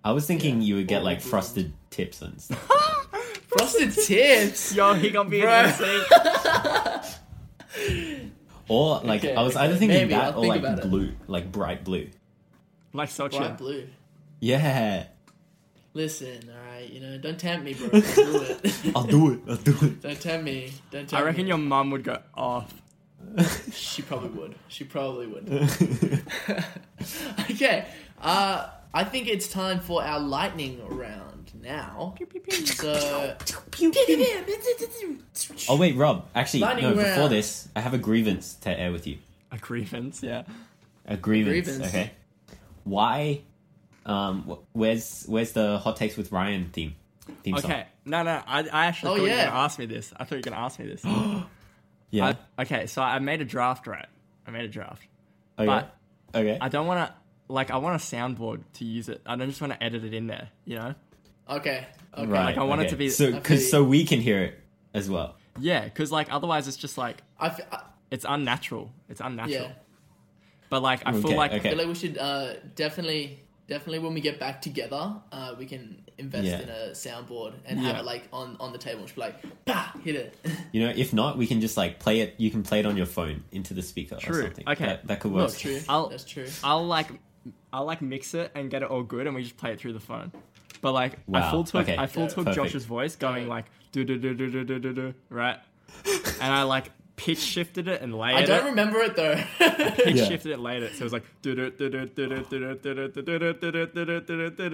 Speaker 2: I was thinking
Speaker 1: Yeah.
Speaker 2: you would get
Speaker 1: Or
Speaker 2: like
Speaker 1: blue.
Speaker 2: frosted tips and stuff.
Speaker 1: Frosted tips.
Speaker 3: Yo, he gonna be
Speaker 1: Bruh.
Speaker 3: an MC.
Speaker 2: Or like
Speaker 1: Okay,
Speaker 2: I was
Speaker 1: okay,
Speaker 2: either thinking
Speaker 1: maybe,
Speaker 2: that
Speaker 1: I'll
Speaker 2: or
Speaker 1: think
Speaker 2: like
Speaker 1: about it.
Speaker 2: blue, like bright blue.
Speaker 3: Like Sochi.
Speaker 1: Bright blue.
Speaker 2: Yeah,
Speaker 1: Listen, all right. You know, don't tempt me, bro. Don't do it.
Speaker 2: I'll do it. I'll do it.
Speaker 1: don't tempt me. Don't tempt
Speaker 3: I reckon
Speaker 1: me.
Speaker 3: your mum would go off.
Speaker 1: She probably would. She probably would. okay. Uh, I think it's time for our lightning round now. So.
Speaker 2: Oh wait, Rob. Actually,
Speaker 1: Lightning
Speaker 2: no. Before
Speaker 1: round.
Speaker 2: this, I have a grievance to air with you.
Speaker 3: A grievance, yeah.
Speaker 2: A grievance.
Speaker 1: Grievance.
Speaker 2: Okay. Why? Um. wh- Where's Where's the hot takes with Ryan theme? Theme song.
Speaker 3: Okay, no, no, I, I actually
Speaker 1: Oh,
Speaker 3: thought you
Speaker 1: yeah.
Speaker 3: were gonna ask me this. I thought you were gonna ask me this.
Speaker 2: Yeah.
Speaker 3: I, okay, so I made a draft, right? I made a draft.
Speaker 2: okay.
Speaker 3: but-
Speaker 2: Oh, okay.
Speaker 3: I don't wanna, like, I want a soundboard to use it. I don't just wanna edit it in there, you know?
Speaker 1: Okay. Okay.
Speaker 2: right.
Speaker 3: like, I want it
Speaker 2: okay.
Speaker 3: to be-
Speaker 2: so
Speaker 1: Okay.
Speaker 2: because so we can hear it as well.
Speaker 3: Yeah, because, like, otherwise it's just like,
Speaker 1: I, f- I
Speaker 3: it's unnatural. It's unnatural.
Speaker 1: yeah.
Speaker 3: But, like, I feel
Speaker 2: Okay,
Speaker 3: like,
Speaker 1: I
Speaker 2: okay.
Speaker 1: feel like we should uh, definitely, definitely when we get back together, uh, we can invest
Speaker 2: Yeah.
Speaker 1: in a soundboard and have
Speaker 3: Yeah.
Speaker 1: it like on on the table. And just be like, bah, hit it.
Speaker 2: You know, if not, we can just like play it. You can play it on your phone into the speaker or
Speaker 3: True.
Speaker 2: something.
Speaker 3: Okay.
Speaker 2: That, that could work.
Speaker 1: That's true.
Speaker 3: I'll-
Speaker 1: That's true.
Speaker 3: I'll, like, I'll, like, mix it and get it all good and we just play it through the phone. But, like, I
Speaker 2: Wow,
Speaker 3: full took,
Speaker 2: okay.
Speaker 3: I full
Speaker 1: Yeah.
Speaker 3: took
Speaker 2: Perfect.
Speaker 3: Josh's voice going,
Speaker 1: Yeah.
Speaker 3: like, do, do, do, do, do, do, do, do, right? And I, like, pitch shifted it and layered
Speaker 1: I
Speaker 3: it.
Speaker 1: don't remember it though.
Speaker 3: He
Speaker 2: Yeah.
Speaker 3: shifted it later, so it was like.
Speaker 2: Oh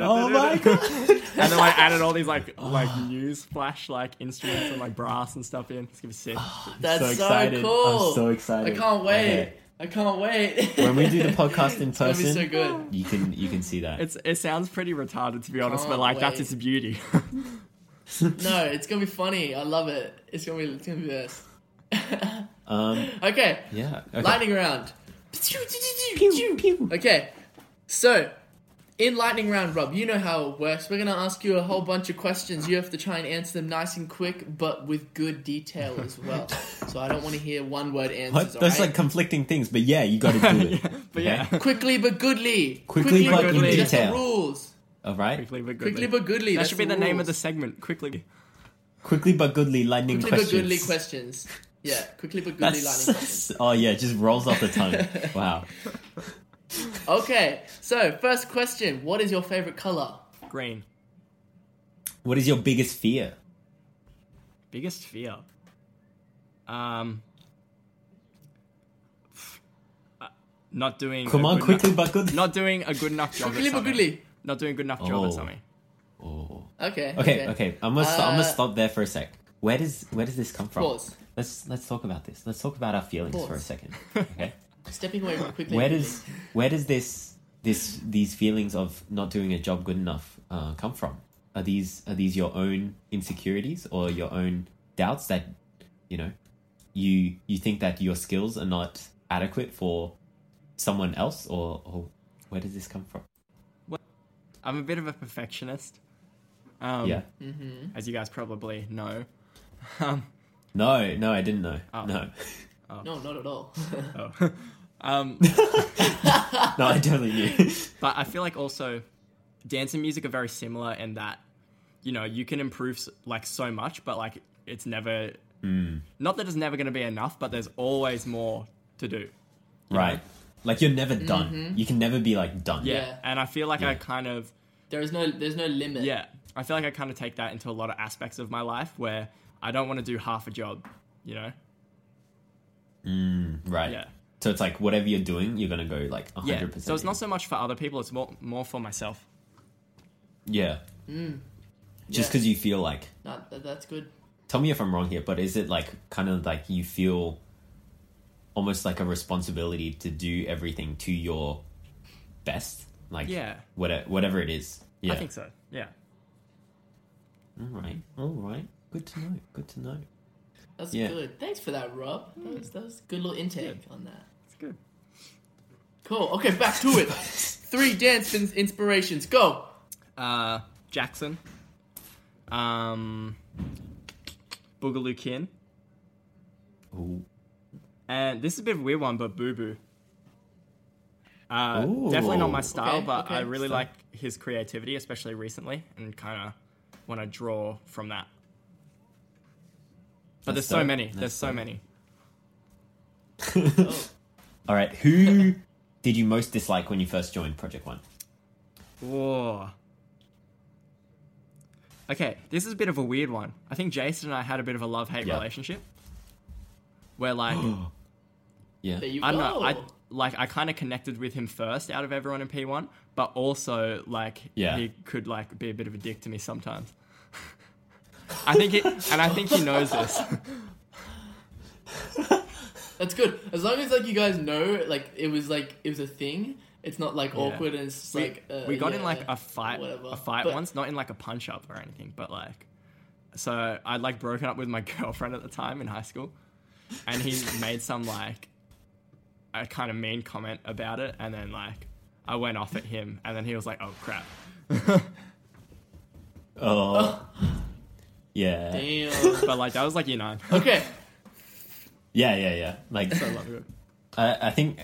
Speaker 3: Oh
Speaker 2: my god.
Speaker 3: And then I added all these like like news flash like instruments and like brass and stuff in. It's gonna be sick.
Speaker 1: That's
Speaker 2: so
Speaker 1: so,
Speaker 2: excited.
Speaker 1: cool.
Speaker 2: I'm so excited.
Speaker 1: I can't wait.
Speaker 2: Okay.
Speaker 1: I can't wait.
Speaker 2: When we do the podcast in
Speaker 1: it's gonna be
Speaker 2: person,
Speaker 1: so good.
Speaker 2: you can you can see that.
Speaker 3: It's it sounds pretty retarded to be honest, but
Speaker 1: Can't
Speaker 3: like that's
Speaker 1: wait.
Speaker 3: its beauty.
Speaker 1: No, it's gonna be funny. I love it. It's gonna be. It's gonna be this.
Speaker 2: um.
Speaker 1: Okay.
Speaker 2: Yeah. Okay.
Speaker 1: Lightning round. Okay. So, in lightning round, Rob, you know how it works. We're gonna ask you a whole bunch of questions. You have to try and answer them nice and quick, but with good detail as well. so I don't want to hear one word
Speaker 2: What?
Speaker 1: answers.
Speaker 2: Those
Speaker 1: alright?
Speaker 2: like conflicting things, but yeah, you got to do it.
Speaker 3: but yeah,
Speaker 1: quickly but goodly.
Speaker 2: Quickly
Speaker 3: but in
Speaker 1: That's the
Speaker 2: detail.
Speaker 1: rules.
Speaker 2: All right.
Speaker 3: quickly but
Speaker 1: Quickly
Speaker 3: goodly.
Speaker 1: but goodly.
Speaker 3: that
Speaker 1: that's
Speaker 3: should be the name of the
Speaker 1: rules.
Speaker 3: segment. Quickly.
Speaker 2: Quickly but goodly lightning
Speaker 1: Quickly
Speaker 2: questions.
Speaker 1: but goodly questions. Yeah, quickly but goodly
Speaker 2: That's-
Speaker 1: lightning questions.
Speaker 2: oh yeah, it just rolls off the tongue. Wow.
Speaker 1: Okay, so first question: What is your favorite color?
Speaker 3: Green.
Speaker 2: What is your biggest fear?
Speaker 3: Biggest fear. Um, uh, not doing. a
Speaker 2: Come on,
Speaker 3: good
Speaker 2: quickly,
Speaker 3: enough-
Speaker 2: but good.
Speaker 3: Not doing a good enough job.
Speaker 1: Quickly
Speaker 3: at
Speaker 1: but
Speaker 3: something.
Speaker 1: goodly.
Speaker 3: Not doing a good enough job
Speaker 2: Oh.
Speaker 3: at something.
Speaker 2: Oh.
Speaker 1: Okay.
Speaker 2: Okay, okay. I'm gonna, st- I'm
Speaker 1: Uh,
Speaker 2: gonna stop there for a sec. Where does where does this come from?
Speaker 1: Pause.
Speaker 2: Let's let's talk about this. Let's talk about our feelings for a
Speaker 1: Pause.
Speaker 2: second. Okay.
Speaker 1: Stepping away real quickly.
Speaker 2: where does where does this this these feelings of not doing a job good enough uh, come from? Are these are these your own insecurities or your own doubts that you know you you think that your skills are not adequate for someone else or, or where does this come from?
Speaker 3: I'm a bit of a perfectionist. Um,
Speaker 2: yeah.
Speaker 3: As you guys probably know. Um,
Speaker 2: No, no, I didn't know.
Speaker 3: Oh.
Speaker 2: No,
Speaker 1: No, not at all.
Speaker 3: oh. um,
Speaker 2: no, I totally knew.
Speaker 3: But I feel like also dance and music are very similar in that, you know, you can improve s- like so much, but like it's never,
Speaker 2: Mm.
Speaker 3: not that it's never going to be enough, but there's always more to do.
Speaker 2: Right. Like you're never done. You can never be like done.
Speaker 3: Yeah.
Speaker 1: Yeah.
Speaker 3: And I feel like I
Speaker 2: Yeah.
Speaker 3: kind of,
Speaker 1: there is no there's no limit.
Speaker 3: yeah, I feel like I kind of take that into a lot of aspects of my life where I don't want to do half a job, you know?
Speaker 2: Right.
Speaker 3: Yeah.
Speaker 2: So it's like whatever you're doing, you're gonna go like
Speaker 3: Yeah.
Speaker 2: 100. percent
Speaker 3: So it's not so much for other people, it's more, more for myself.
Speaker 2: Yeah. Just
Speaker 1: Yeah.
Speaker 2: because you feel like.
Speaker 1: No, that, that's good.
Speaker 2: Tell me if I'm wrong here, but is it like kind of like you feel almost like a responsibility to do everything to your best, like
Speaker 3: Yeah.
Speaker 2: whatever whatever it is. Yeah.
Speaker 3: I think so. Yeah.
Speaker 2: All right. All right. Good to know. Good to know.
Speaker 1: That's
Speaker 2: Yeah.
Speaker 1: good. Thanks for that, Rob. That was, that was a good little intake on that.
Speaker 3: It's good.
Speaker 1: Cool. Okay, back to it. Three dance ins- inspirations. Go.
Speaker 3: uh, Jackson, um, Boogaloo Kin,
Speaker 2: Ooh.
Speaker 3: and this is a bit of a weird one, but Boo Boo. Uh,
Speaker 2: Ooh.
Speaker 3: definitely not my style,
Speaker 1: Okay,
Speaker 3: but I
Speaker 1: okay.
Speaker 3: really like his creativity, especially recently, and kind of want to draw from that. But there's
Speaker 2: That's
Speaker 3: so
Speaker 2: dope.
Speaker 3: many.
Speaker 2: That's
Speaker 3: There's so
Speaker 2: dope.
Speaker 3: many.
Speaker 1: Oh,
Speaker 2: All right. Who did you most dislike when you first joined Project One?
Speaker 3: Whoa. Okay, this is a bit of a weird one. I think Jason and I had a bit of a love hate
Speaker 2: Yeah.
Speaker 3: relationship. Where, like,
Speaker 2: Yeah.
Speaker 1: there you go.
Speaker 3: I don't know. I
Speaker 1: Oh.
Speaker 3: like I kind of connected with him first out of everyone in P1, but also like
Speaker 2: Yeah.
Speaker 3: he could like be a bit of a dick to me sometimes. I think it, and I think he knows this.
Speaker 1: That's good. As long as like you guys know, like it was like it was a thing. It's not like awkward and it's just,
Speaker 3: We,
Speaker 1: like uh,
Speaker 3: we got in
Speaker 1: yeah,
Speaker 3: like a fight,
Speaker 1: whatever.
Speaker 3: a fight
Speaker 1: But-
Speaker 3: once, not in like a punch up or anything, but like, so I'd like broken up with my girlfriend at the time in high school, and he made some like a kind of mean comment about it, and then like I went off at him, and then he was like, "Oh crap."
Speaker 2: Oh. Yeah.
Speaker 1: Damn.
Speaker 3: But like that was like year nine.
Speaker 1: okay.
Speaker 2: Yeah, yeah, yeah. Like
Speaker 3: So long ago.
Speaker 2: I, I think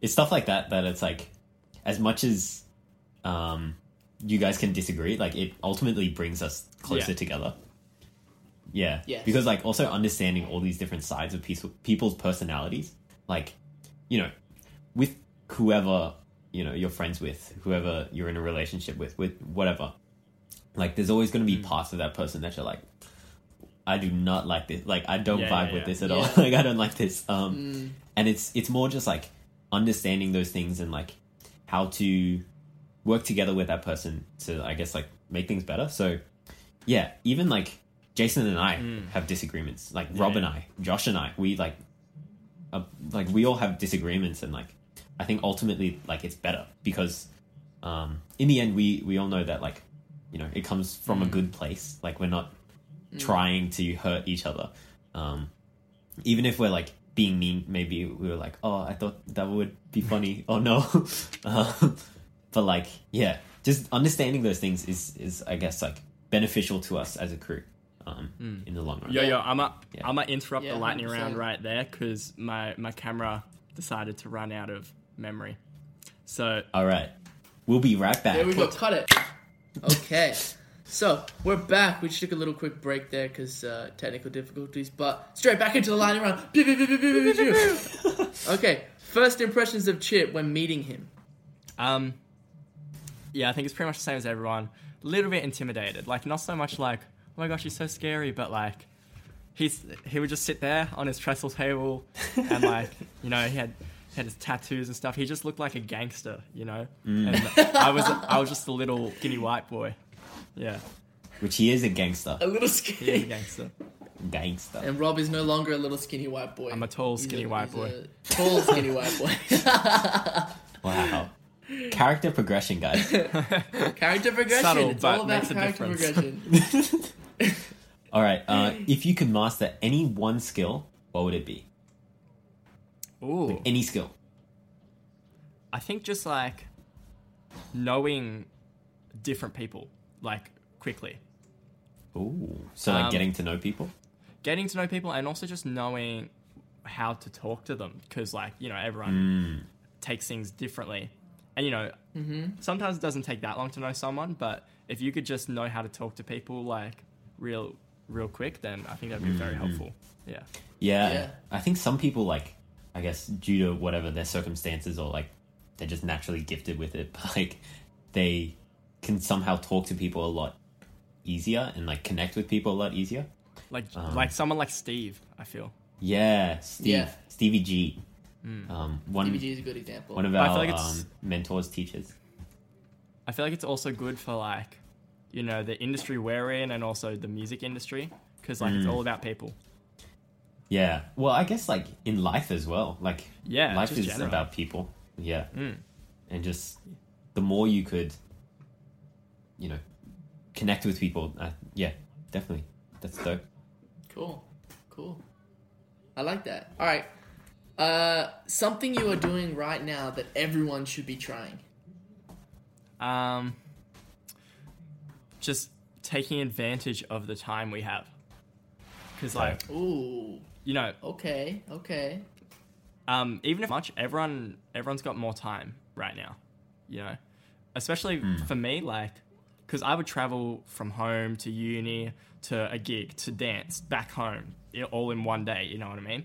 Speaker 2: it's stuff like that that it's like as much as um you guys can disagree, like it ultimately brings us closer
Speaker 3: Yeah.
Speaker 2: together. Yeah.
Speaker 1: Yes.
Speaker 2: Because like also understanding all these different sides of people, people's personalities, like you know, with whoever you know you're friends with, whoever you're in a relationship with, with whatever, like there's always going to
Speaker 3: Mm.
Speaker 2: be parts of that person that you're like, I do not like this. Like I don't
Speaker 3: Yeah,
Speaker 2: vibe
Speaker 3: yeah,
Speaker 2: with
Speaker 3: yeah.
Speaker 2: this at
Speaker 1: Yeah. Mm.
Speaker 2: all. like I don't like this. Um, and it's it's more just like understanding those things and like how to work together with that person to I guess like make things better. So yeah, even like Jason and I
Speaker 1: Mm.
Speaker 2: have disagreements. Like Rob
Speaker 3: Yeah.
Speaker 2: and I, Josh and I, we like uh, like we all have disagreements and like I think ultimately like it's better because um in the end we we all know that like you know it comes from
Speaker 1: Mm.
Speaker 2: a good place. Like we're not trying to hurt each other. Um even if we're like being mean, maybe we were like, oh, I thought that would be funny. oh no, um, but like, yeah, just understanding those things is is I guess like beneficial to us as a crew um,
Speaker 1: Mm.
Speaker 2: in the long run.
Speaker 3: Yo yo, I'm a,
Speaker 2: Yeah.
Speaker 3: I'm gonna interrupt
Speaker 1: Yeah,
Speaker 3: the lightning
Speaker 1: 100%.
Speaker 3: round right there because my my camera decided to run out of memory. So
Speaker 2: All right, we'll be right back.
Speaker 1: There we go. Cut it. Okay. So we're back. We just took a little quick break there because uh, technical difficulties, but straight back into the line around. Pew, pew, pew, pew, pew, pew, pew. okay. First impressions of Chip when meeting him.
Speaker 3: um, yeah, I think it's pretty much the same as everyone. A little bit intimidated, like not so much like oh my gosh, you're so scary, but like he's he would just sit there on his trestle table, and like you know he had he had his tattoos and stuff. He just looked like a gangster, you know. And I was I was just a little guinea white boy. Yeah,
Speaker 2: Which he is a gangster.
Speaker 1: A little
Speaker 3: he is a
Speaker 1: skinny.
Speaker 3: gangster.
Speaker 2: Gangster.
Speaker 1: And Rob is no longer a little skinny white boy.
Speaker 3: I'm a tall,
Speaker 1: He's a-
Speaker 3: skinny white
Speaker 1: he's
Speaker 3: boy.
Speaker 1: a Tall, skinny white boy.
Speaker 2: Wow. Character progression, guys.
Speaker 1: character progression.
Speaker 3: Subtle,
Speaker 1: it's
Speaker 3: but
Speaker 1: all about
Speaker 3: makes a
Speaker 1: character
Speaker 3: difference.
Speaker 1: progression.
Speaker 2: All right. Uh, if you could master any one skill, what would it be?
Speaker 3: Ooh,
Speaker 2: Any skill.
Speaker 3: I think just like knowing different people like quickly,
Speaker 2: Ooh. So like
Speaker 3: Um,
Speaker 2: getting to know people.
Speaker 3: getting to know people, and also just knowing how to talk to them because like you know everyone
Speaker 2: Mm.
Speaker 3: takes things differently. And you know, sometimes it doesn't take that long to know someone, but if you could just know how to talk to people like real real quick, then I think that'd be very
Speaker 2: Mm-hmm.
Speaker 3: helpful. Yeah.
Speaker 2: Yeah.
Speaker 1: Yeah.
Speaker 2: I think some people like, I guess due to whatever their circumstances or like, they're just naturally gifted with it. But like, they can somehow talk to people a lot easier and like connect with people a lot easier.
Speaker 3: Like
Speaker 2: Um,
Speaker 3: like someone like Steve, I feel.
Speaker 2: Yeah, Steve,
Speaker 1: Yeah.
Speaker 2: Stevie G.
Speaker 3: Hmm.
Speaker 2: Um, one
Speaker 1: DBG is a good example.
Speaker 2: one of
Speaker 3: I feel
Speaker 2: our
Speaker 3: like it's-
Speaker 2: um, mentors, teachers.
Speaker 3: I feel like it's also good for like, you know, the industry we're in and also the music industry because like
Speaker 2: Mm.
Speaker 3: it's all about people.
Speaker 2: Yeah. Well, I guess like in life as well. Like
Speaker 3: Yeah,
Speaker 2: life
Speaker 3: just
Speaker 2: is
Speaker 3: general.
Speaker 2: about people. Yeah.
Speaker 3: Mm.
Speaker 2: And just the more you could, you know, connect with people. Uh, yeah, definitely. That's dope.
Speaker 1: Cool. Cool. I like that. All right. Uh, something you are doing right now that everyone should be trying.
Speaker 3: Um just taking advantage of the time we have. Cuz like,
Speaker 1: Ooh.
Speaker 3: you know,
Speaker 1: Okay. Okay.
Speaker 3: um, even if much everyone everyone's got more time right now you know especially for me like because i would travel from home to uni to a gig to dance back home i- all in one day you know what i mean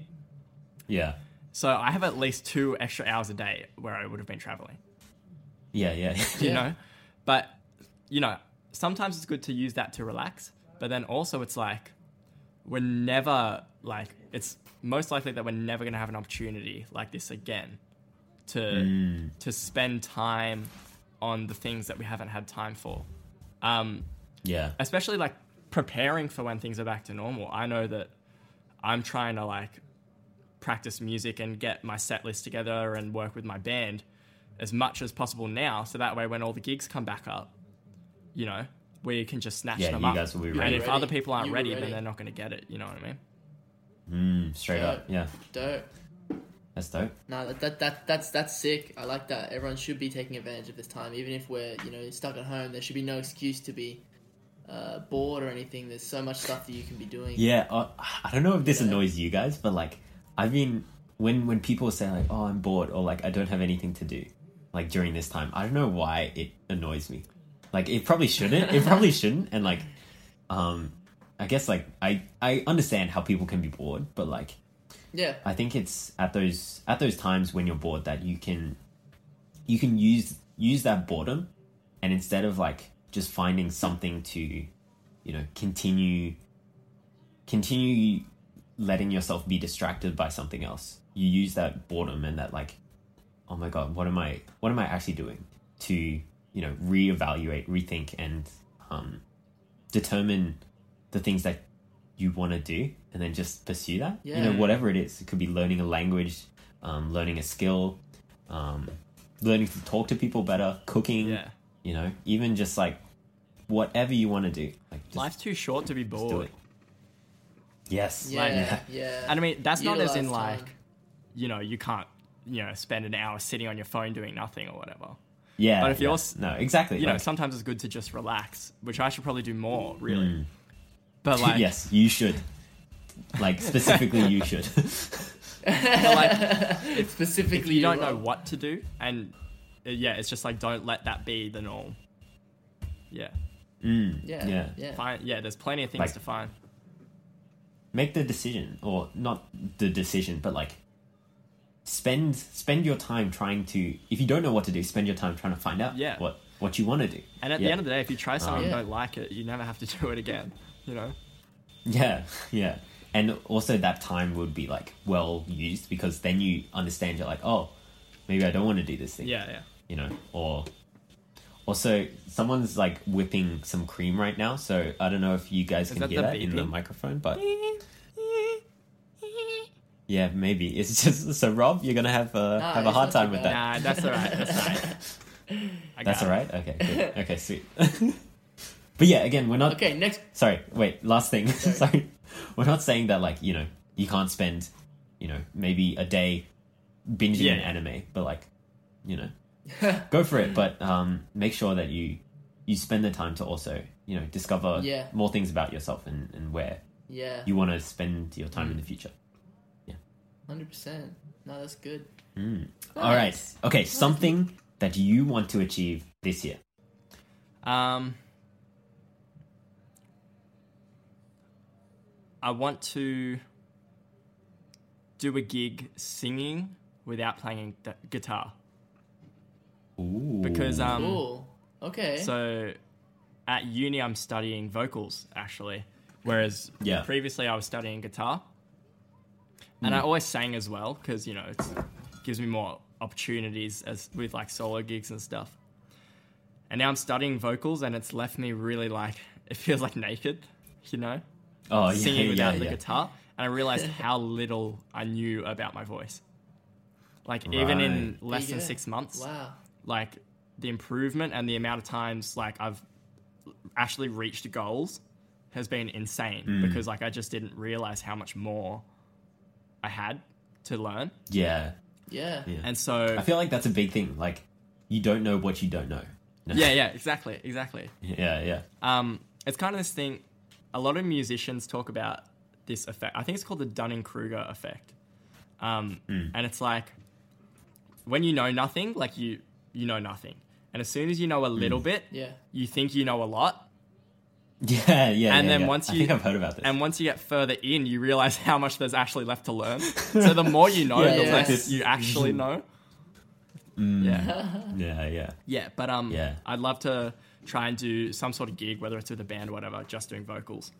Speaker 2: Yeah.
Speaker 3: so i have at least two extra hours a day where i would have been traveling
Speaker 2: Yeah. Yeah.
Speaker 3: you
Speaker 1: Yeah.
Speaker 3: know but you know sometimes it's good to use that to relax but then also it's like we're never like it's most likely that we're never going to have an opportunity like this again to to spend time on the things that we haven't had time for um
Speaker 2: yeah.
Speaker 3: especially like preparing for when things are back to normal i know that i'm trying to like practice music and get my set list together and work with my band as much as possible now so that way when all the gigs come back up you know we can just snatch
Speaker 2: Yeah,
Speaker 3: them
Speaker 2: you
Speaker 3: up
Speaker 2: guys will be
Speaker 3: and
Speaker 2: ready.
Speaker 3: if other people aren't
Speaker 1: You were
Speaker 3: ready, then
Speaker 1: ready.
Speaker 3: they're not going to get it you know what i mean
Speaker 2: Mm, straight up. Yeah.
Speaker 1: Dope.
Speaker 2: That's dope.
Speaker 1: No, that, that that that's that's sick. I like that. Everyone should be taking advantage of this time, even if we're you know stuck at home. There should be no excuse to be uh, bored or anything. There's so much stuff that you can be doing.
Speaker 2: Yeah, uh, I don't know if this
Speaker 1: Yeah.
Speaker 2: annoys you guys, but like, I mean, when when people say like, "Oh, I'm bored," or like, "I don't have anything to do," like during this time, I don't know why it annoys me. Like, it probably shouldn't. it probably shouldn't. And like, um, I guess like I I understand how people can be bored, but like,
Speaker 1: yeah,
Speaker 2: I think it's at those at those times when you're bored that you can you can use use that boredom and instead of like just finding something to you know continue continue letting yourself be distracted by something else you use that boredom and that like oh my god what am i what am i actually doing to you know reevaluate rethink and um determine the things that you want to do and then just pursue that you know
Speaker 1: Yeah.
Speaker 2: whatever it is it could be learning a language um, learning a skill um, learning to talk to people better cooking
Speaker 3: yeah
Speaker 2: you know even just like whatever you want to do like just
Speaker 3: life's too short to be
Speaker 2: do
Speaker 3: bored
Speaker 2: it yes
Speaker 1: yeah, yeah.
Speaker 3: and i mean that's not as in
Speaker 1: Utilize
Speaker 3: like
Speaker 1: time.
Speaker 3: you know you can't you know spend an hour sitting on your phone doing nothing or whatever
Speaker 2: yeah
Speaker 3: But if you're
Speaker 2: yeah.
Speaker 3: s-
Speaker 2: no exactly
Speaker 3: you know,
Speaker 2: like-
Speaker 3: sometimes it's good to just relax, which I should probably do more, really. But like,
Speaker 2: Hmm. yes, you should. Like specifically, you should.
Speaker 3: but, like,
Speaker 1: specifically,
Speaker 3: if you don't know
Speaker 1: Rob.
Speaker 3: what to do, and uh, yeah, it's just like don't let that be the norm. Yeah,
Speaker 2: Mm,
Speaker 1: Yeah,
Speaker 2: yeah.
Speaker 1: yeah, yeah.
Speaker 3: find yeah. There's plenty of things
Speaker 2: Like-
Speaker 3: to find.
Speaker 2: Make the decision, or not the decision, but like spend spend your time trying to. If you don't know what to do, spend your time trying to find out
Speaker 3: Yeah.
Speaker 2: what what you want to do.
Speaker 3: And at
Speaker 2: Yeah.
Speaker 3: the end of the day, if you try something and
Speaker 1: Yeah.
Speaker 3: don't like it, you never have to do it again. You know,
Speaker 2: yeah, yeah, and also that time would be like well used because then you understand you're like oh maybe I don't want to do this thing
Speaker 3: Yeah, yeah.
Speaker 2: you know or also someone's like whipping some cream right now so I don't know if you guys can
Speaker 3: that
Speaker 2: hear
Speaker 3: the
Speaker 2: that in the
Speaker 3: beeping?
Speaker 2: microphone but yeah maybe it's just so Rob you're gonna have a
Speaker 1: Nah,
Speaker 2: have a
Speaker 1: it's
Speaker 2: hard
Speaker 1: not too
Speaker 2: time with
Speaker 3: Nah,
Speaker 1: bad.
Speaker 2: that
Speaker 3: that's alright. That's alright. I
Speaker 2: that's
Speaker 3: got
Speaker 2: all
Speaker 3: it.
Speaker 2: right okay good. okay sweet but yeah again we're not
Speaker 1: Okay, next.
Speaker 2: sorry wait last thing
Speaker 1: Sorry.
Speaker 2: sorry. we're not saying that like you know you can't spend you know maybe a day binging
Speaker 3: Yeah.
Speaker 2: an anime but like you know go for it but um make sure that you you spend the time to also you know discover
Speaker 1: Yeah.
Speaker 2: more things about yourself and, and where
Speaker 1: Yeah,
Speaker 2: you want to spend your time in the future
Speaker 1: hundred percent. No, that's good.
Speaker 2: Mm. all right
Speaker 1: Nice.
Speaker 2: okay something that you want to achieve this year
Speaker 3: Um, I want to do a gig singing without playing the guitar
Speaker 2: Ooh.
Speaker 3: because um.
Speaker 1: Cool. Okay.
Speaker 3: So at uni, I'm studying vocals actually, whereas
Speaker 2: Yeah. Hmm.
Speaker 3: previously I was studying guitar. And I always sang as well because you know it gives me more opportunities as with like solo gigs and stuff. And now I'm studying vocals, and it's left me really like it feels like naked, you know,
Speaker 2: oh yeah,
Speaker 3: singing
Speaker 2: yeah,
Speaker 3: without the
Speaker 2: yeah.
Speaker 3: guitar. And I realized how little I knew about my voice. Like even in
Speaker 1: There
Speaker 3: less
Speaker 1: you
Speaker 3: than
Speaker 1: go.
Speaker 3: six months,
Speaker 1: Wow.
Speaker 3: like the improvement and the amount of times like I've actually reached goals has been insane because like I just didn't realize how much more I had to learn.
Speaker 2: yeah
Speaker 1: Yeah.
Speaker 2: Yeah.
Speaker 3: And so
Speaker 2: I feel like that's a big thing. Like, you don't know what you don't know.
Speaker 3: yeah, yeah, exactly, exactly.
Speaker 2: yeah, yeah.
Speaker 3: Um it's kind of this thing a lot of musicians talk about this effect. I think it's called the Dunning-Kruger effect. Um and it's like when you know nothing, like you you know nothing. And as soon as you know a little bit,
Speaker 1: Yeah.
Speaker 3: you think you know a lot,
Speaker 2: Yeah, yeah.
Speaker 3: And
Speaker 2: yeah,
Speaker 3: then
Speaker 2: yeah.
Speaker 3: once
Speaker 2: I
Speaker 3: you-
Speaker 2: think I've heard about this.
Speaker 3: And once you get further in, you realize how much there's actually left to learn. So the more you know,
Speaker 2: Yeah,
Speaker 3: the
Speaker 1: yeah.
Speaker 3: less you actually
Speaker 2: Mm.
Speaker 3: know. Yeah,
Speaker 2: yeah, yeah.
Speaker 3: yeah. But um,
Speaker 2: Mm. Yeah.
Speaker 3: I'd love to try and do some sort of gig, whether it's with a band or whatever, just doing vocals.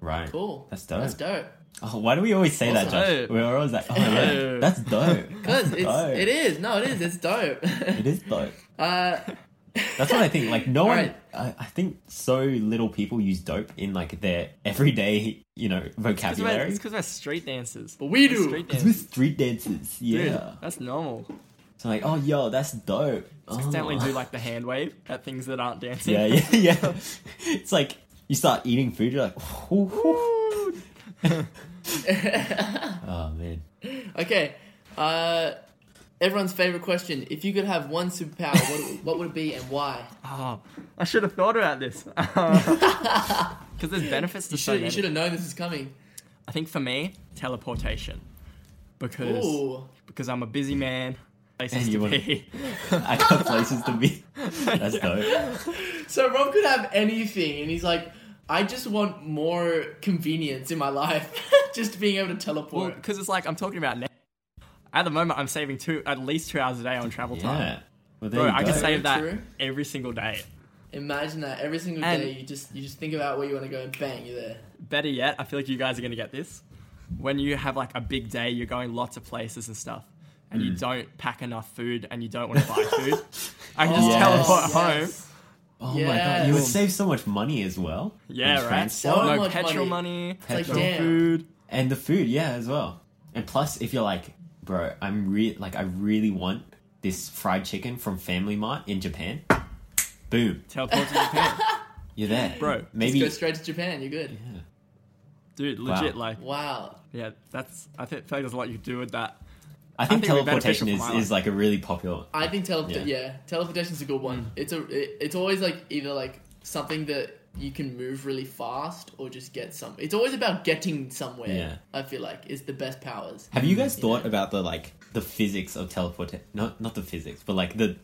Speaker 2: Right.
Speaker 1: Cool.
Speaker 2: That's dope.
Speaker 1: That's dope.
Speaker 2: Oh, why do we always say that,
Speaker 3: Awesome.
Speaker 2: Josh?
Speaker 3: Dope.
Speaker 2: We're always like, oh, yeah,
Speaker 3: Dope.
Speaker 2: that's dope.
Speaker 1: Cause
Speaker 2: That's dope.
Speaker 1: it's it is no it is it's dope.
Speaker 2: It is dope.
Speaker 1: uh,
Speaker 2: That's what I think. Like, no one,
Speaker 1: Alright.
Speaker 2: I, I think so little people use dope in like their everyday, you know,
Speaker 3: It's 'cause we're-
Speaker 2: vocabulary.
Speaker 3: It's because we're street dancers.
Speaker 1: But we
Speaker 3: We're
Speaker 1: do.
Speaker 3: Street
Speaker 2: Because we're
Speaker 3: dancers.
Speaker 2: street dancers. Yeah.
Speaker 3: Dude, that's normal.
Speaker 2: So, like, oh, yo, that's dope.
Speaker 3: Accidentally
Speaker 2: Oh.
Speaker 3: do like the hand wave at things that aren't dancing.
Speaker 2: Yeah, yeah, yeah. It's like you start eating food, you're like, "Ooh, ooh, ooh." oh man.
Speaker 1: okay. Uh, everyone's favorite question: If you could have one superpower, what, what would it be and why?
Speaker 3: Oh, I should have thought about this. Because there's benefits to
Speaker 1: You
Speaker 3: so
Speaker 1: should
Speaker 3: many.
Speaker 1: you should have known this is coming.
Speaker 3: I think for me, teleportation, because
Speaker 1: Ooh.
Speaker 3: because I'm a busy man. Places
Speaker 2: And you
Speaker 3: to
Speaker 2: wanna-
Speaker 3: be.
Speaker 2: I got places to be. That's dope.
Speaker 1: So Rob could have anything, and he's like, I just want more convenience in my life, just being able to teleport.
Speaker 3: because it's like I'm talking about now. At the moment, I'm saving two at least two hours a day on travel
Speaker 2: Yeah.
Speaker 3: time.
Speaker 2: Well, there
Speaker 3: Bro,
Speaker 2: you
Speaker 3: I
Speaker 2: go.
Speaker 3: can save that
Speaker 1: True.
Speaker 3: every single day.
Speaker 1: Imagine that every single
Speaker 3: And-
Speaker 1: day you just you just think about where you want to go, and bang, you're there.
Speaker 3: Better yet, I feel like you guys are gonna get this. When you have like a big day, you're going lots of places and stuff, and
Speaker 2: Mm.
Speaker 3: you don't pack enough food, and you don't want to buy food. I can just
Speaker 2: Yes.
Speaker 3: teleport
Speaker 1: Yes.
Speaker 3: home.
Speaker 2: Oh my god, you
Speaker 1: Yes.
Speaker 2: would save so much money as well.
Speaker 3: Yeah,
Speaker 2: On
Speaker 3: right.
Speaker 2: transport.
Speaker 1: So
Speaker 3: no
Speaker 1: much
Speaker 3: petrol
Speaker 1: money.
Speaker 3: money,
Speaker 1: like,
Speaker 3: petrol
Speaker 1: damn.
Speaker 3: food.
Speaker 2: And the food, yeah, as well. And plus, if you're like, bro, I'm re like, I really want this fried chicken from Family Mart in Japan. Boom,
Speaker 3: Teleport to Japan.
Speaker 2: you're there,
Speaker 3: Bro, just
Speaker 2: Maybe
Speaker 1: Just go straight to Japan. You're good.
Speaker 3: Dude, legit,
Speaker 2: Wow.
Speaker 3: like,
Speaker 1: Wow.
Speaker 3: yeah, that's, I think, I think there's a lot you could do with that.
Speaker 2: I think,
Speaker 3: think it'd be beneficial
Speaker 2: teleportation
Speaker 3: for
Speaker 2: is,
Speaker 3: my
Speaker 2: is like a really popular.
Speaker 1: I think teleport. Yeah.
Speaker 2: Yeah.
Speaker 1: teleportation's a good one.
Speaker 3: Hmm.
Speaker 1: It's a. it- it's always like either like something that you can move really fast or just get some. It's always about getting somewhere.
Speaker 2: Yeah.
Speaker 1: I feel like is the best powers.
Speaker 2: Have you guys thought about the like the physics of teleport? Not not the physics, but like the,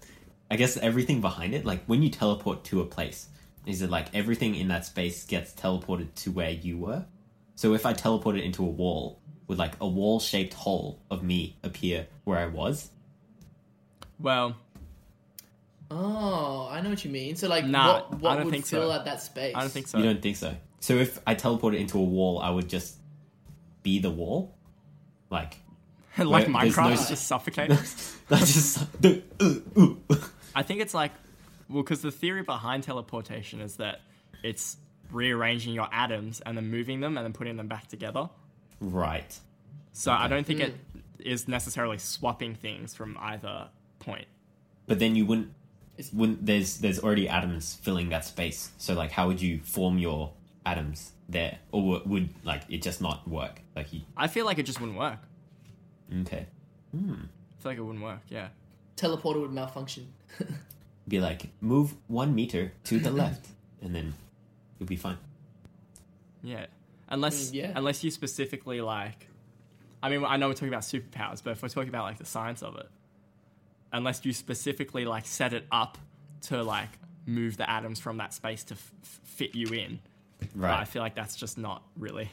Speaker 2: I guess everything behind it. Like when you teleport to a place, is it like everything in that space gets teleported to where you were? So if I teleported into a wall, would like a wall shaped hole of me appear where I was?
Speaker 3: Well,
Speaker 1: Oh, I know what you mean. So like,
Speaker 3: Nah,
Speaker 1: what, what
Speaker 3: I don't
Speaker 1: would
Speaker 3: think so.
Speaker 1: fill out that space?
Speaker 3: I don't think so.
Speaker 2: You don't think so? So if I teleported into a wall, I would just be the wall, like
Speaker 3: like
Speaker 2: Where there's no
Speaker 3: Minecraft,
Speaker 2: s-
Speaker 3: just suffocate.
Speaker 2: that's just uh, ooh, ooh.
Speaker 3: I think it's like, well, because the theory behind teleportation is that it's rearranging your atoms and then moving them and then putting them back together.
Speaker 2: right.
Speaker 3: So I don't think it is necessarily swapping things from either point.
Speaker 2: But then you wouldn't. Wouldn't there's there's already atoms filling that space. So like, how would you form your atoms there, or would, would like it just not work? Like you
Speaker 3: I feel like it just wouldn't work.
Speaker 2: okay,
Speaker 3: I feel like it wouldn't work. Yeah.
Speaker 1: Teleporter would malfunction.
Speaker 2: be like move one meter to the left, and then you'll be fine.
Speaker 3: Yeah. Unless
Speaker 1: Mm, yeah.
Speaker 3: unless you specifically like I mean I know we're talking about superpowers, but if we're talking about like the science of it, unless you specifically like set it up to like move the atoms from that space to f- f- fit you in, I
Speaker 2: Right,
Speaker 3: feel like that's just not really